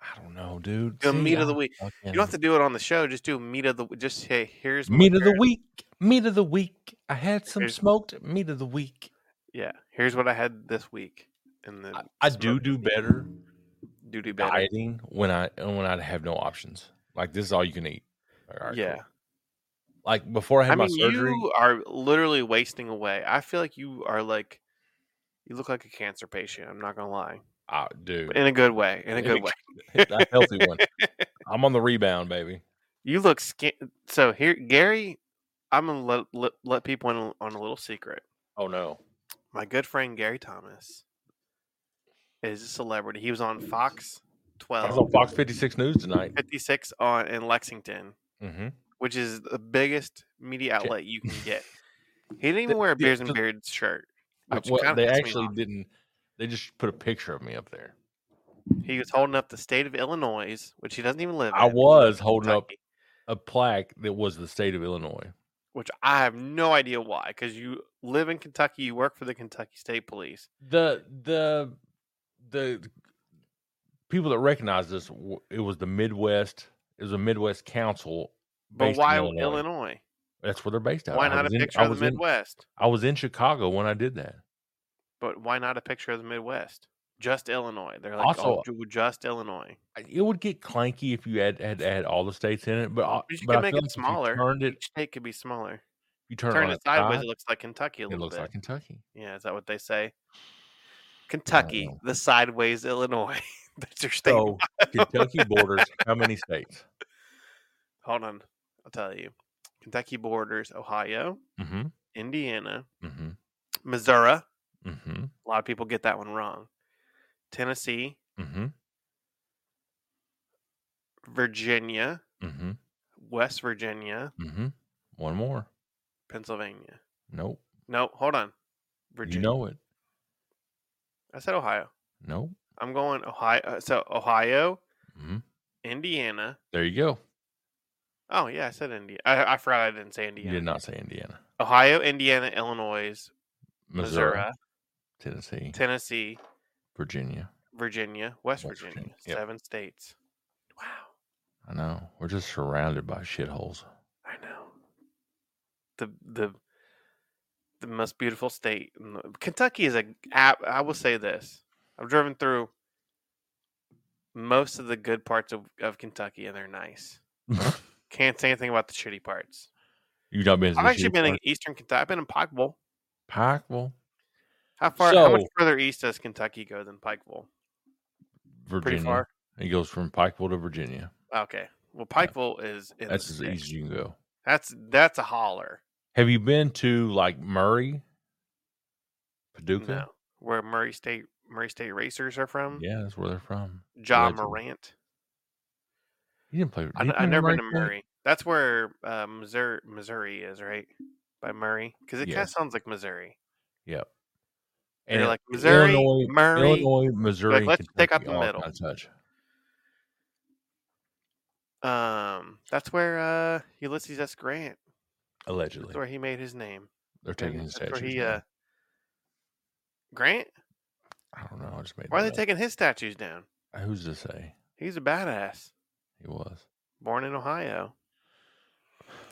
B: I don't know, dude.
A: Do a meat of the
B: I
A: week. You
B: fucking-
A: don't have to do it on the show. Just do meat of the. Just say here's my
B: meat of the
A: favorite-
B: week. Meat of the week. I had some
A: Here's-
B: smoked meat of the week.
A: Yeah, here's what I had this week. And then
B: I, I do
A: smoked
B: do better
A: do do better.
B: dieting when I when I have no options. Like this is all you can eat. All right, cool.
A: yeah.
B: Like before I had
A: I
B: my
A: mean,
B: surgery.
A: you are literally wasting away. I feel like you are like, you look like a cancer patient. I'm not gonna lie,
B: I, dude,
A: but in a good way. In a
B: Let
A: good
B: me-
A: way.
B: a healthy
A: [laughs]
B: one. I'm on the rebound, baby.
A: You look skin. So here, Gary, I'm gonna let, let, let people in on- on a little secret.
B: Oh no.
A: My good friend Gary Thomas is a celebrity. He was on Fox
B: I was
A: 12,
B: on Fox 56 News tonight.
A: 56 on in Lexington,
B: hmm
A: which is the biggest media
B: Okay.
A: outlet you can get. He didn't even
B: The-
A: wear a
B: the-
A: beards and
B: the-
A: beards shirt.
B: I,
A: which
B: well,
A: kinda
B: they
A: pissed me
B: actually
A: off.
B: didn't. They just put a picture of me up there.
A: He was holding up the state of Illinois, which he doesn't even live in.
B: I was holding up
A: Kentucky,
B: a plaque that was the state of Illinois.
A: which I have no idea why, because you live in Kentucky, you work for the Kentucky State Police.
B: The the the people that recognized this, w- it was the Midwest. It was a Midwest council.
A: But
B: based in
A: why
B: Illinois.
A: Illinois?
B: That's where they're based out.
A: Why
B: of. I
A: not a
B: was in-
A: picture
B: I
A: of
B: was
A: the
B: in-
A: Midwest?
B: I was in Chicago when I did that.
A: But why not a picture of the Midwest? Just Illinois. They're like, oh,
B: Also-
A: ju- just Illinois.
B: I- It would get clanky if you had had, had all the states in it, but, I-
A: But you
B: but
A: can
B: I
A: make
B: feel
A: it
B: like if you
A: smaller.
B: Turned it.
A: Each state could be smaller.
B: You turn,
A: Turn
B: it, on
A: it
B: its
A: sideways,
B: side,
A: it looks like Kentucky a
B: It
A: little
B: looks
A: bit.
B: like Kentucky.
A: [laughs] yeah, is that what they say? Kentucky, the sideways Illinois. [laughs] That's your state.
B: So Kentucky borders how many states?
A: Hold on. I'll tell you. Kentucky borders Ohio,
B: Mm-hmm.
A: Indiana,
B: Mm-hmm.
A: Missouri.
B: Mm-hmm.
A: A lot of people get that one wrong. Tennessee,
B: Mm-hmm.
A: Virginia,
B: Mm-hmm.
A: West Virginia,
B: Mm-hmm. One more.
A: Pennsylvania.
B: Nope.
A: No, hold on.
B: You
A: Virginia.
B: know it.
A: I said Ohio.
B: Nope.
A: I'm going Ohio. uh, So Ohio,
B: Mm-hmm.
A: Indiana.
B: There you go.
A: Oh yeah, I said Indiana. I, I forgot I didn't say
B: You
A: Indiana.
B: did not say Indiana,
A: Ohio, Indiana, Illinois,
B: Missouri,
A: Missouri,
B: Tennessee,
A: Tennessee,
B: Virginia.
A: Virginia, West,
B: West
A: Virginia.
B: Virginia, yep.
A: Seven states. Wow.
B: I know. We're just surrounded by shitholes.
A: I know. The the the most beautiful state. in the- Kentucky is a. I I will say this. I've driven through most of the good parts of, of Kentucky, and they're nice. Can't say anything about the shitty parts.
B: [laughs] you not been? to
A: I've
B: the
A: actually
B: shitty
A: been in
B: part?
A: Eastern Kentucky. I've been in Pikeville.
B: Pikeville,
A: How far? how much
B: So-
A: further east does Kentucky go than Pikeville?
B: Virginia.
A: Pretty far.
B: It goes from Pikeville to Virginia.
A: Okay. Well, Pikeville is in
B: That's
A: the
B: as
A: sticks.
B: easy as you can go.
A: That's that's a holler.
B: Have you been to like Murray, Paducah?
A: No, where Murray State Murray State Racers are from.
B: Yeah, that's where they're from.
A: Ja
B: Legend.
A: Morant.
B: You didn't play.
A: I,
B: did you
A: I
B: play
A: never been to
B: State?
A: Murray. That's where uh, Missouri Missouri is, right? by Murray because it kind of
B: Yes.
A: sounds like Missouri.
B: Yep.
A: And you're
B: it-
A: like Missouri,
B: Illinois,
A: Murray.
B: Illinois, Missouri, and
A: let's pick up
B: Kentucky
A: the
B: all
A: middle.
B: kinda touch.
A: Um, that's where uh, Ulysses S. Grant.
B: Allegedly,
A: That's where he made his name.
B: they're
A: And
B: taking his
A: that's
B: statues.
A: where he,
B: down.
A: uh, Grant.
B: I don't know. I just made.
A: Why are they
B: that
A: taking his statues down?
B: up. Who's to say
A: He's a badass.
B: he was?
A: Born in Ohio.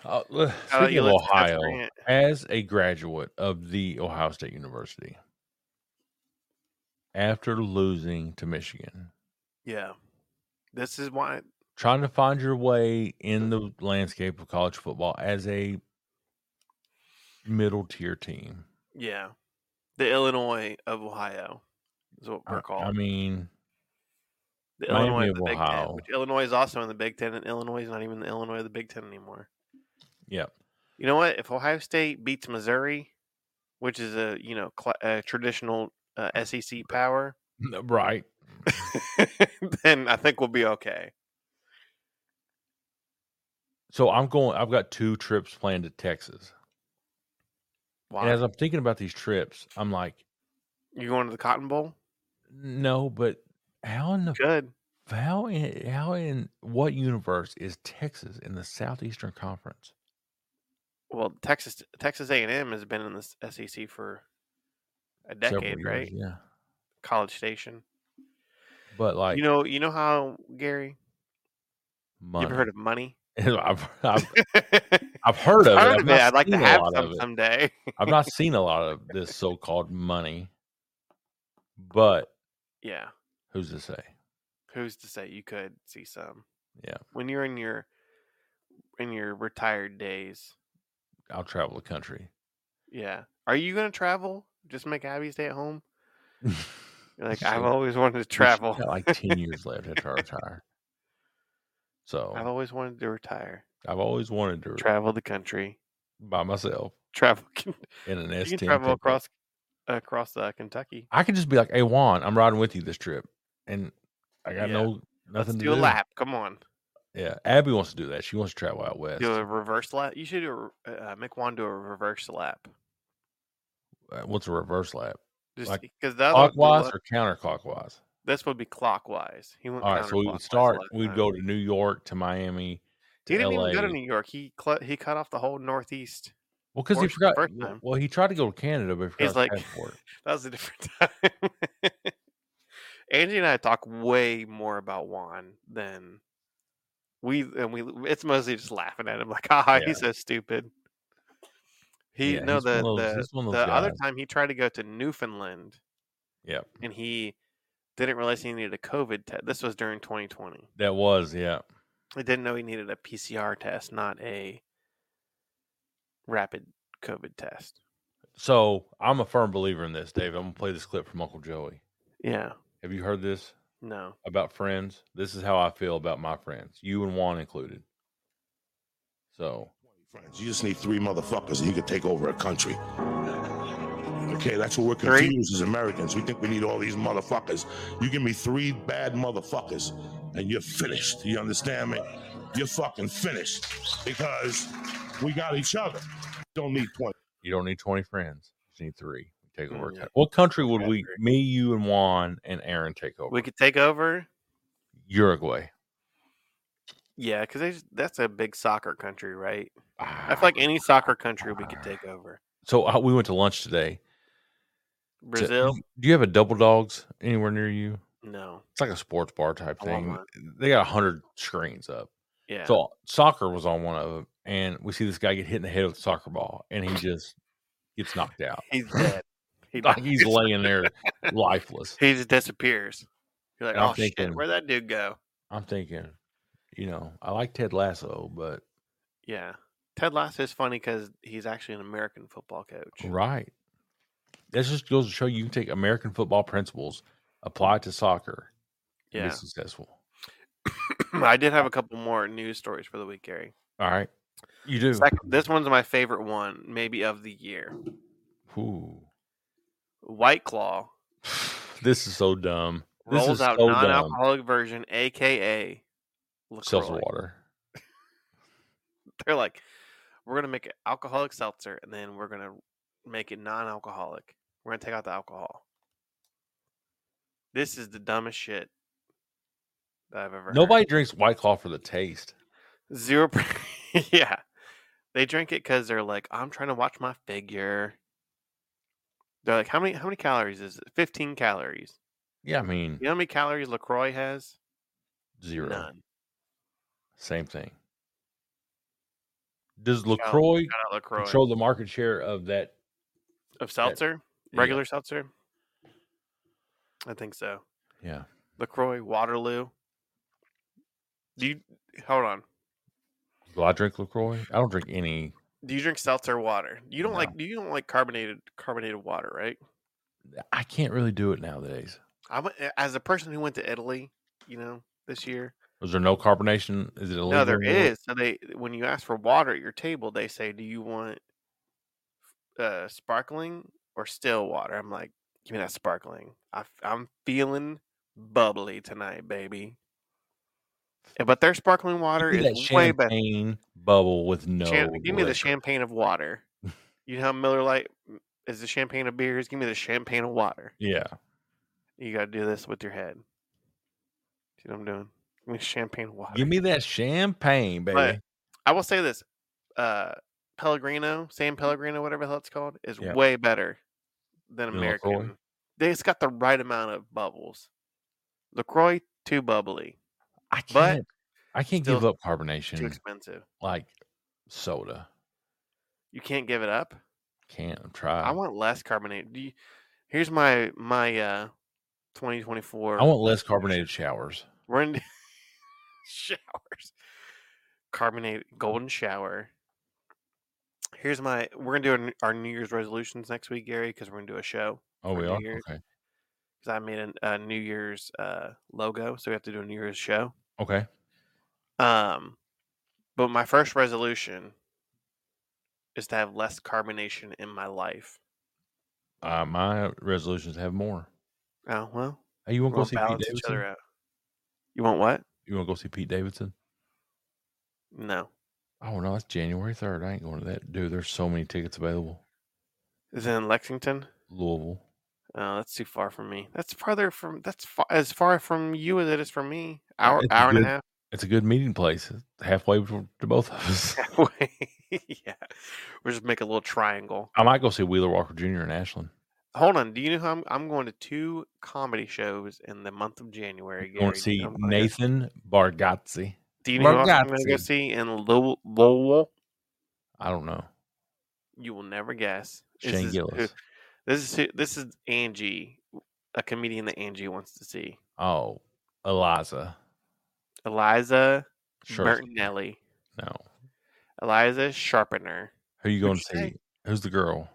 B: Uh, [sighs] l-
A: Shout out
B: speaking of
A: Ulysses S.
B: Ohio,
A: Grant.
B: as a graduate of the Ohio State University, after losing to Michigan,
A: Yeah. This is why.
B: trying to find your way in the landscape of college football as a middle tier team.
A: Yeah. The Illinois of Ohio is what
B: Uh, I-
A: we're called.
B: I mean,
A: the
B: Miami
A: Illinois of
B: of
A: the Big
B: Ohio.
A: Ten. Which Illinois is also in the Big Ten, and Illinois is not even the Illinois of the Big Ten anymore.
B: yeah, [laughs]
A: You know what? If Ohio State beats Missouri, which is a you know cla a traditional
B: [laughs]
A: uh, SEC power, [laughs]
B: right.
A: then I think we'll be okay.
B: So I'm going. I've got two trips planned to Texas,
A: Why?
B: and as I'm thinking about these trips, I'm like,
A: you going to the Cotton
B: [laughs]
A: Bowl?
B: no, but how in the
A: Good.
B: how in how in what universe is Texas in the Southeastern Conference?
A: Well, Texas Texas A and M has been in the s- SEC for a
B: Several
A: decade,
B: years,
A: right?
B: Yeah,
A: College Station.
B: but like
A: you know, you know how Gary. You ever heard of money?
B: [laughs] I've, I've,
A: [laughs] Heard
B: I've heard of it. I've
A: of
B: not
A: it. I'd like to
B: seen a
A: have
B: lot
A: some
B: of it.
A: someday. [laughs]
B: I've not seen a lot of this so-called money, but
A: Yeah.
B: who's to say?
A: who's to say you could see some
B: Yeah.
A: when you're in your in your retired days
B: I'll travel the country. [laughs]
A: yeah are you gonna travel just make abby stay at home
B: We're
A: You're like
B: Sure. [laughs]
A: i've always wanted to
B: still
A: travel
B: got like ten years left after I retire. So
A: i've always wanted to retire
B: I've always wanted to
A: travel the country [laughs]
B: by myself
A: travel you
B: in an S10.
A: can travel
B: pickup.
A: across across uh, kentucky
B: I could just be like, "Hey Juan, I'm riding with you this trip," and I got
A: Yeah.
B: no nothing
A: let's
B: to
A: do a lap come on
B: Yeah, Abby wants to do that. She wants to travel out west.
A: do a reverse lap you should do a, re- uh, make one do a reverse lap
B: Uh, What's a reverse lap?
A: just
B: Like,
A: because that
B: Clockwise or counterclockwise?
A: this would be clockwise he went
B: All right, so we would
A: counterclockwise
B: start.
A: last
B: We'd
A: time.
B: go to New York to Miami. To
A: He didn't
B: LA.
A: even go to New York. He cl- he cut off the whole Northeast.
B: Well, because he
A: Orange the
B: forgot.
A: first
B: well-
A: time.
B: Well, he tried to go to Canada, but he forgot
A: He's
B: his
A: like-
B: passport.
A: That was a different [laughs] time. Angie and I talk way more about Juan than we and we. It's mostly just laughing at him, like, [laughs] "Ah,
B: Yeah.
A: he's so stupid." He
B: Yeah,
A: no
B: he's
A: the
B: one of those-
A: the,
B: he's one of
A: the
B: those
A: other
B: guys.
A: time he tried to go to Newfoundland
B: Yeah,
A: and he didn't realize he needed a COVID test. This was during 2020.
B: that was yeah.
A: I didn't know he needed a PCR test, not a rapid COVID test.
B: So I'm a firm believer in this, Dave. I'm gonna play this clip from Uncle Joey.
A: Yeah,
B: Have you heard this
A: no.
B: about friends? This is how I feel about my friends, you and Juan included. So
E: Friends, you just need three motherfuckers and you can take over a country. Okay, that's what we're
A: Three?
E: confused as Americans. We think we need all these motherfuckers. You give me three bad motherfuckers and you're finished. You understand me? You're fucking finished because we got each other. Don't need 20.
B: you don't need 20 friends; you just need three. Take over. a
A: Mm,
B: coun- What country would
A: I
B: we,
A: agree.
B: me, you, and Juan and Aaron take over?
A: We could take over.
B: Uruguay.
A: Yeah, because that's a big soccer country, right? I
B: I
A: feel like any soccer country we could take over.
B: Ah. so uh, we went to lunch today. to-
A: Brazil?
B: do you have a Double Dogs anywhere near you?
A: No.
B: It's like a sports bar type
A: I want
B: thing. They got hundred screens up.
A: Yeah.
B: So soccer was on one of them, and we see this guy get hit in the head with a soccer ball, and he just gets
A: [laughs]
B: knocked out.
A: he's dead.
B: [laughs]
A: He
B: Like Oh, he's
A: dies.
B: laying there lifeless.
A: He just disappears. You're like,
B: And I'm
A: oh shit,
B: thinking-
A: where'd that dude go?
B: I'm thinking, you know, I like Ted Lasso, but
A: Yeah. Ted Lasso is funny because he's actually an American football coach.
B: right. That just goes to show you can take American football principles, apply it to soccer, and
A: Yeah.
B: be successful.
A: [clears throat] I did
B: [laughs]
A: have a couple more news stories for the week, Gary.
B: All right. You do.
A: Second, this one's my favorite one, maybe of the year.
B: Ooh.
A: White Claw
B: This is so dumb. This
A: rolls
B: is
A: out
B: so dumb.
A: non-alcoholic version, aka LaCroix.
B: Seltzer water.
A: They're like, We're gonna make it alcoholic seltzer, and then we're gonna make it non-alcoholic. We're gonna take out the alcohol. This is the dumbest shit that I've ever.
B: Nobody drinks White Claw for the taste.
A: zero. per- [laughs] yeah, they drink it because they're like, I'm trying to watch my figure. They're like, how many how many calories is it? Fifteen calories.
B: Yeah, I mean
A: You know how many calories Lacroix has?
B: zero.
A: None.
B: Same thing. Does
A: out-
B: Lacroix
A: Shout out Lacroix
B: control the market share of that?
A: of seltzer,
B: Yeah.
A: regular seltzer. I think so.
B: Yeah.
A: Lacroix, Waterloo. Do you hold on?
B: Do I drink Lacroix? I don't drink any.
A: Do you drink seltzer water? You don't
B: No.
A: like you don't like carbonated carbonated water, right?
B: I can't really do it nowadays.
A: I'm a- eh, as a person who went to Italy, you know, this year.
B: Is there no carbonation? Is it illegal?
A: No, there
B: in Italy?
A: is. So they when you ask for water at your table, they say, "Do you want uh, sparkling or still water?" I'm like, "Give me that sparkling. I, am feeling bubbly tonight, baby." Yeah, But their sparkling water
B: Give me
A: is way better.
B: champagne bubble with no.
A: Champ- give me the
B: liquor.
A: champagne of water. You know how Miller Lite mm, is the champagne of beers. Give me the champagne of water.
B: Yeah.
A: You got to do this with your head. See what I'm doing? Give me champagne of water.
B: Give me that champagne, baby.
A: But I will say this: uh, Pellegrino, San Pellegrino, whatever the hell it's called, is
B: Mm. Yeah.
A: way better than
B: Than LaCroix?
A: American. They it's got the right amount of bubbles. Lacroix too bubbly,
B: I
A: but
B: can't. I can't give
A: still
B: up carbonation
A: too expensive.
B: like soda.
A: You can't give it up.
B: Can't try.
A: I want less carbonated. Do you, here's my my uh 2024.
B: I want less carbonated showers.
A: We're in [laughs] showers. Carbonate
B: Mm.
A: golden shower. Here's my. We're gonna do our n- our New Year's resolutions next week, Gary, because we're gonna do a show.
B: Oh, we
A: New
B: are.
A: Year's.
B: Okay.
A: Because I made an- a, New Year's uh, logo, so we have to do a New Year's show.
B: Okay.
A: Um, but my first resolution is to have less carbonation in my life.
B: Uh, my resolutions have more.
A: Oh well,
B: Hey, you
A: we're
B: want to
A: gonna
B: go see
A: balance each
B: Pete Davidson?
A: other out. You want what?
B: You want to go see Pete Davidson?
A: No.
B: Oh no, that's January third. I ain't going to that. Dude, there's so many tickets available.
A: Is it in Lexington?
B: Louisville.
A: Oh, that's too far from me. That's farther from that's far, as far from you as it is from me. Hour
B: it's a
A: hour and a
B: good-
A: half
B: It's a good meeting place. It's halfway to to both
A: [laughs]
B: of us.
A: halfway. yeah, we'll just make a little triangle.
B: I might go see Wheeler Walker Jr. in Ashland.
A: Hold on. Do you know how I'm, I'm going to two comedy shows in the month of January?
B: I
A: Gary?
B: want to see
A: I'm gonna go-
B: Nathan Bargatze.
A: Do you know who else I'm going to go
B: Bargatze.
A: see in Lowell? Lowell?
B: I don't know.
A: You will never guess. This
B: Shane
A: is who-
B: Gillis.
A: This is who, this is Angie, a comedian that Angie wants to see.
B: Oh, Eliza.
A: Eliza
B: Sure.
A: Martinelli.
B: No.
A: Eliza Sharpener.
B: Who you going
A: Who'd
B: to
A: you say?
B: see? Who's the girl?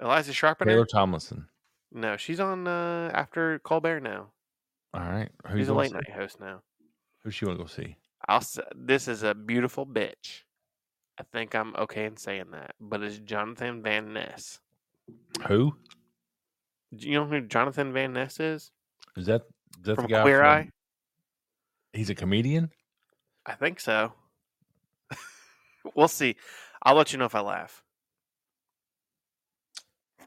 A: Eliza Sharpener.
B: Taylor Tomlinson.
A: No, she's on uh, after Colbert now.
B: All right. Who you
A: She's a
B: gonna
A: late
B: see?
A: night host now.
B: Who she want to go see?
A: I'll s this is a beautiful bitch. I think I'm okay in saying that, but it's Jonathan Van Ness.
B: Who
A: Do you know who Jonathan Van Ness is
B: is that? Is that
A: from
B: the guy
A: Queer
B: from-
A: Eye?
B: He's a comedian.
A: I think so. [laughs] we'll see. I'll let you know if I laugh.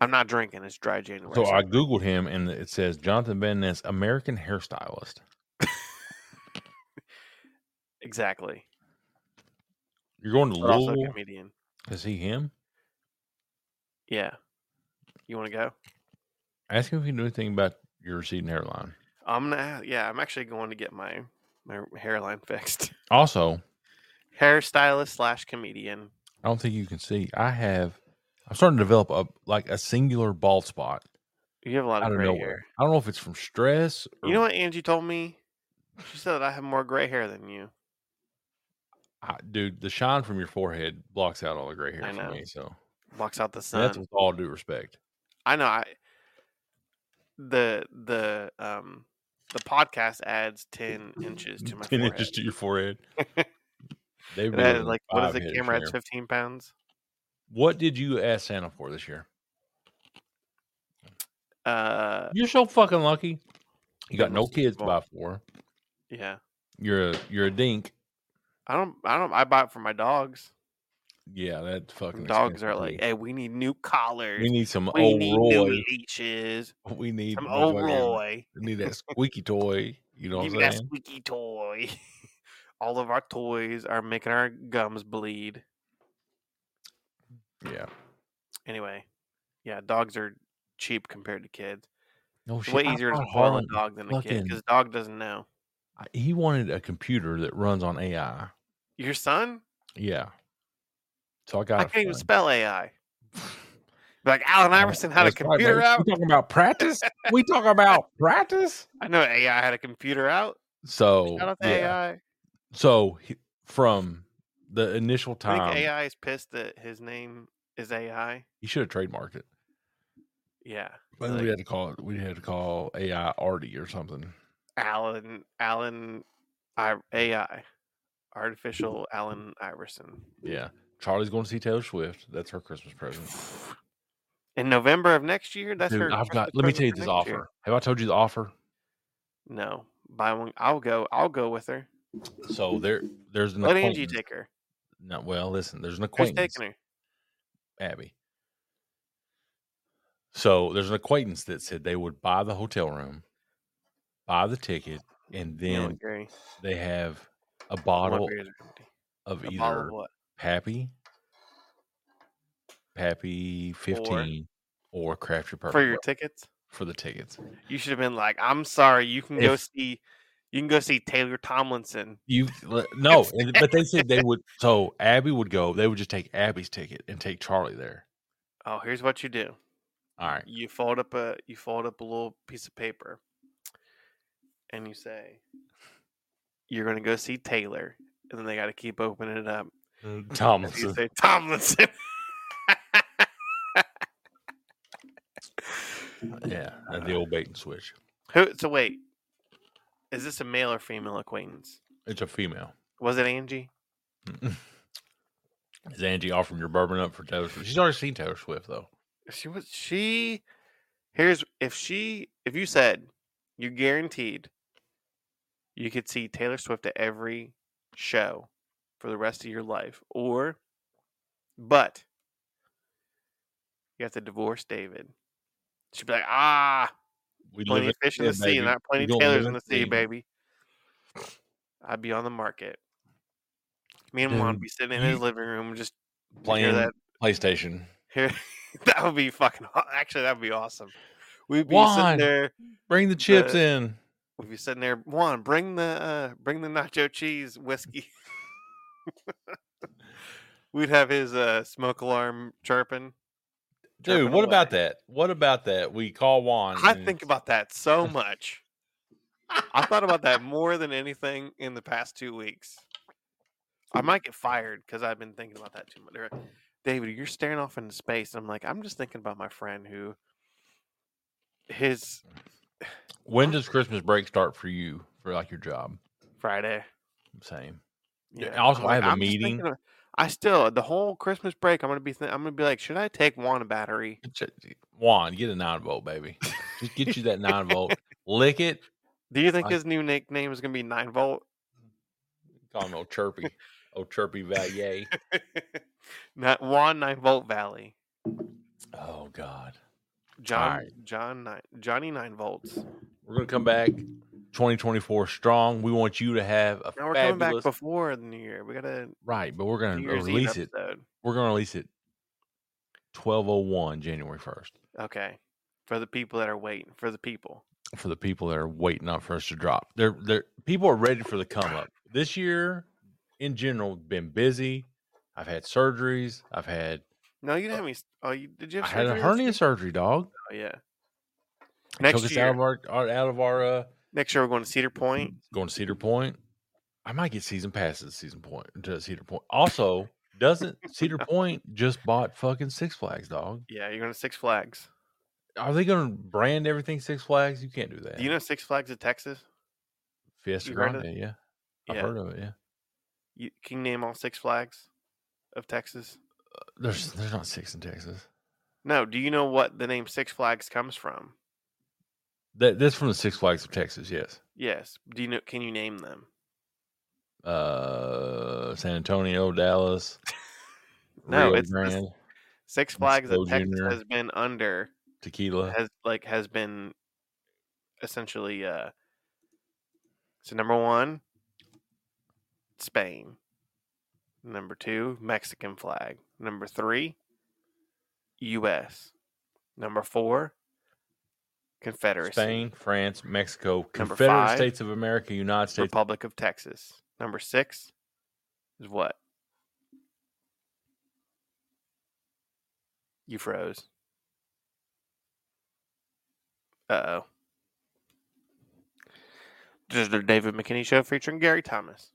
A: I'm not drinking. It's dry January.
B: So
A: so-
B: I googled him, and it says Jonathan Van Ness, American hairstylist.
A: exactly.
B: You're going to
A: But also a
B: Louisville
A: comedian.
B: to see him.
A: Yeah. You want to go?
B: Ask him if he knew anything about your receding hairline.
A: I'm gonna. Yeah, I'm actually going to get my my hairline fixed. [laughs]
B: Also,
A: hairstylist slash comedian.
B: I don't think you can see. I have. I'm starting to develop a like a singular bald spot
A: You have a lot of
B: out of
A: gray
B: nowhere.
A: hair.
B: I don't know if it's from stress. Or,
A: You know what Angie told me? She said that I have more gray hair than you.
B: I, dude, the shine from your forehead blocks out all the gray hair
A: I
B: for
A: know.
B: me. So
A: Blocks out the
B: and
A: sun.
B: that's with all due respect.
A: I know. I the the um the podcast adds ten inches
B: [laughs]
A: to my
B: Ten
A: forehead.
B: inches to
A: [laughs]
B: your forehead. They've
A: It adds,
B: done
A: like what is
B: five
A: it?
B: hits
A: Camera
B: there.
A: adds fifteen pounds.
B: What did you ask Santa for this year?
A: Uh,
B: You're so fucking lucky. You got
A: I'm
B: no
A: a
B: kids to
A: football.
B: buy for.
A: yeah.
B: You're a you're a dink.
A: I don't. I don't. I buy it for my dogs.
B: Yeah, that fucking
A: Dogs are
B: expensive
A: like,
B: too.
A: hey, we need new collars.
B: we need some
A: We
B: old
A: need
B: Roy.
A: new leeches.
B: [laughs] We need
A: Some
B: the
A: old
B: fucking-
A: Roy.
B: We need
A: [laughs]
B: that squeaky toy. You know
A: Give me
B: what I'm
A: that
B: saying?
A: squeaky toy. [laughs] All of our toys are making our gums bleed.
B: Yeah.
A: Anyway, yeah, dogs are cheap compared to kids.
B: No
A: It's
B: shit.
A: way
B: I
A: easier to
B: bought
A: spoil a
B: Harlan-
A: dog than a kid
B: fucking-
A: because a dog doesn't know.
B: I- He wanted a computer that runs on AI.
A: Your son?
B: Yeah. So I got.
A: I
B: it
A: can't even
B: for him.
A: spell AI. [laughs] Like Alan Iverson had a
B: That's right,
A: computer
B: baby.
A: out.
B: We talking about practice. we talking about practice.
A: I know AI had a computer out.
B: So
A: Shout out to
B: yeah.
A: AI.
B: So he- from the initial
A: I think
B: time,
A: AI is pissed that his name is AI.
B: he should have trademarked it.
A: Yeah.
B: But
A: Like-
B: we had to call it. We had to call AI Artie or something.
A: Alan Alan I, AI artificial Alan
B: [laughs]
A: Iverson.
B: Yeah. Charlie's going to see Taylor Swift. That's her Christmas present.
A: In November of next year, that's
B: Dude,
A: her.
B: I've got.
A: Christmas
B: Let me
A: present
B: tell you
A: for
B: this
A: next
B: offer.
A: year.
B: Have I told you the offer?
A: No, buy one. I'll go. I'll go with her.
B: So there, there's an
A: Let Angie
B: acquaintance-
A: take her.
B: No, well, listen. There's an
A: Who's
B: acquaintance,
A: taking her?
B: Abby. So there's an acquaintance that said they would buy the hotel room, buy the ticket, and
A: You know
B: then
A: what, Gary?
B: they have a
A: My
B: bottle
A: beers are empty.
B: of
A: A
B: either
A: bottle of what?
B: Pappy, Pappy fifteen, or, Craft Your Perfect
A: For your
B: World
A: tickets,
B: for the tickets.
A: you should have been like, "I'm sorry, you can go
B: If-
A: see, you can go see Taylor Tomlinson."
B: You le-
A: [laughs]
B: no, and- but they said they would. So Abby would go. They would just take Abby's ticket and take Charlie there.
A: Oh, here's what you do:
B: All
A: [laughs]
B: right.
A: you fold up a you fold up a little piece of paper and you say you're going to go see taylor and then they got to keep opening it up and you
B: Tomlinson.
A: say tomlinson
B: [laughs]
A: [laughs]
B: Yeah, and the old bait and switch.
A: Who, so wait is this a male or female acquaintance
B: It's a female.
A: was it angie
B: Mm. Is Angie offering your bourbon up for Taylor Swift? She's already seen Taylor Swift though.
A: she was she here's if she if you said you guaranteed you could see taylor swift at every show for the rest of your life or but you have to divorce david she'd be like ah
B: We
A: plenty of fish in the
B: sin,
A: sea
B: baby.
A: not
B: We
A: plenty
B: gonna
A: of
B: live
A: tailors in
B: in
A: the sea
B: sin.
A: baby i'd be on the market me and juan would
B: Dude,
A: be sitting in his
B: you-
A: living room just to hear
B: playing
A: that
B: PlayStation.
A: here, [laughs] that would be fucking. aw- Actually, that would be awesome. We'd be
B: Juan.
A: sitting there.
B: Bring the chips
A: Uh,
B: in.
A: We'd be sitting there. Juan, bring the uh, bring the nacho cheese whiskey. [laughs] We'd have his uh, smoke alarm chirping.
B: Dude, what about that? What about that? We call Juan.
A: I
B: and
A: think about that
B: [laughs]
A: so much. I thought about that more than anything in the past two weeks. I might get fired because I've been thinking about that too much. They're like, David, you're staring off into space. I'm like, I'm just thinking about my friend who his
B: when does Christmas break start for you for like your job?
A: Friday.
B: Same.
A: Yeah.
B: also,
A: I'm
B: I have a
A: I'm just thinking
B: meeting.
A: of- I still the whole Christmas break. I'm gonna be. Th- I'm gonna be like, should I take one battery?
B: Ch- Juan, get a nine volt, baby. Just get you that nine volt. Lick it.
A: Do you think
B: I-
A: his new nickname is gonna be Nine
B: [laughs]
A: Volt?
B: Call him old chirpy. old chirpy Valier.
A: Not Juan Nine Volt Valley.
B: Oh God.
A: John
B: right.
A: John Nine Johnny Nine Volts. Now
B: We're gonna come back 2024 strong. We want you to have a
A: we're coming back
B: fabulous
A: before the new year. We got a
B: right, but we're gonna
A: New Year's Eve
B: release it.
A: episode.
B: We're gonna release it 1201 January 1st
A: Okay, for the people that are waiting for the people.
B: for the people that are waiting on for us to drop. They're they're people are ready for the come up. This year in general been busy. I've had surgeries. I've had
A: No, you didn't have any. s- Oh, you did. You
B: I
A: have
B: had a
A: surgery this
B: hernia surgery, dog.
A: year? Oh, yeah.
B: It
A: Next
B: took us
A: year,
B: out of our, our out of our uh,
A: next year we're going to Cedar Point.
B: going to Cedar Point. I might get season passes. Season Point to Cedar Point. Also, doesn't Cedar Point just bought fucking Six Flags, dog?
A: Yeah, you're going to Six Flags.
B: Are they going to brand everything Six Flags? You can't do that.
A: Do you know Six Flags of Texas?
B: Fiesta
A: you heard of-
B: Grande? Yeah, I've
A: Yeah.
B: heard of it. Yeah,
A: You can you name all Six Flags of Texas?
B: there's there's not six in Texas.
A: No. Do you know what the name Six Flags comes from?
B: That that's from the Six Flags of Texas. Yes,
A: Yes. Do you know? Can you name them?
B: uh, San Antonio, Dallas,
A: [laughs] No,
B: Rio
A: it's the
B: Grande,
A: Six Flags
B: Joe
A: that Texas
B: Jr..
A: has been under
B: tequila.
A: has like has been essentially uh so number one Spain. Number two, Mexican flag. Number three, US. Number four, Confederacy.
B: Spain, France, Mexico,
A: Number
B: Confederate
A: five,
B: States of America, United States.
A: Republic of Texas. Number six is what? You froze. Uh oh. This is the David McKinney Show featuring Gary Thomas.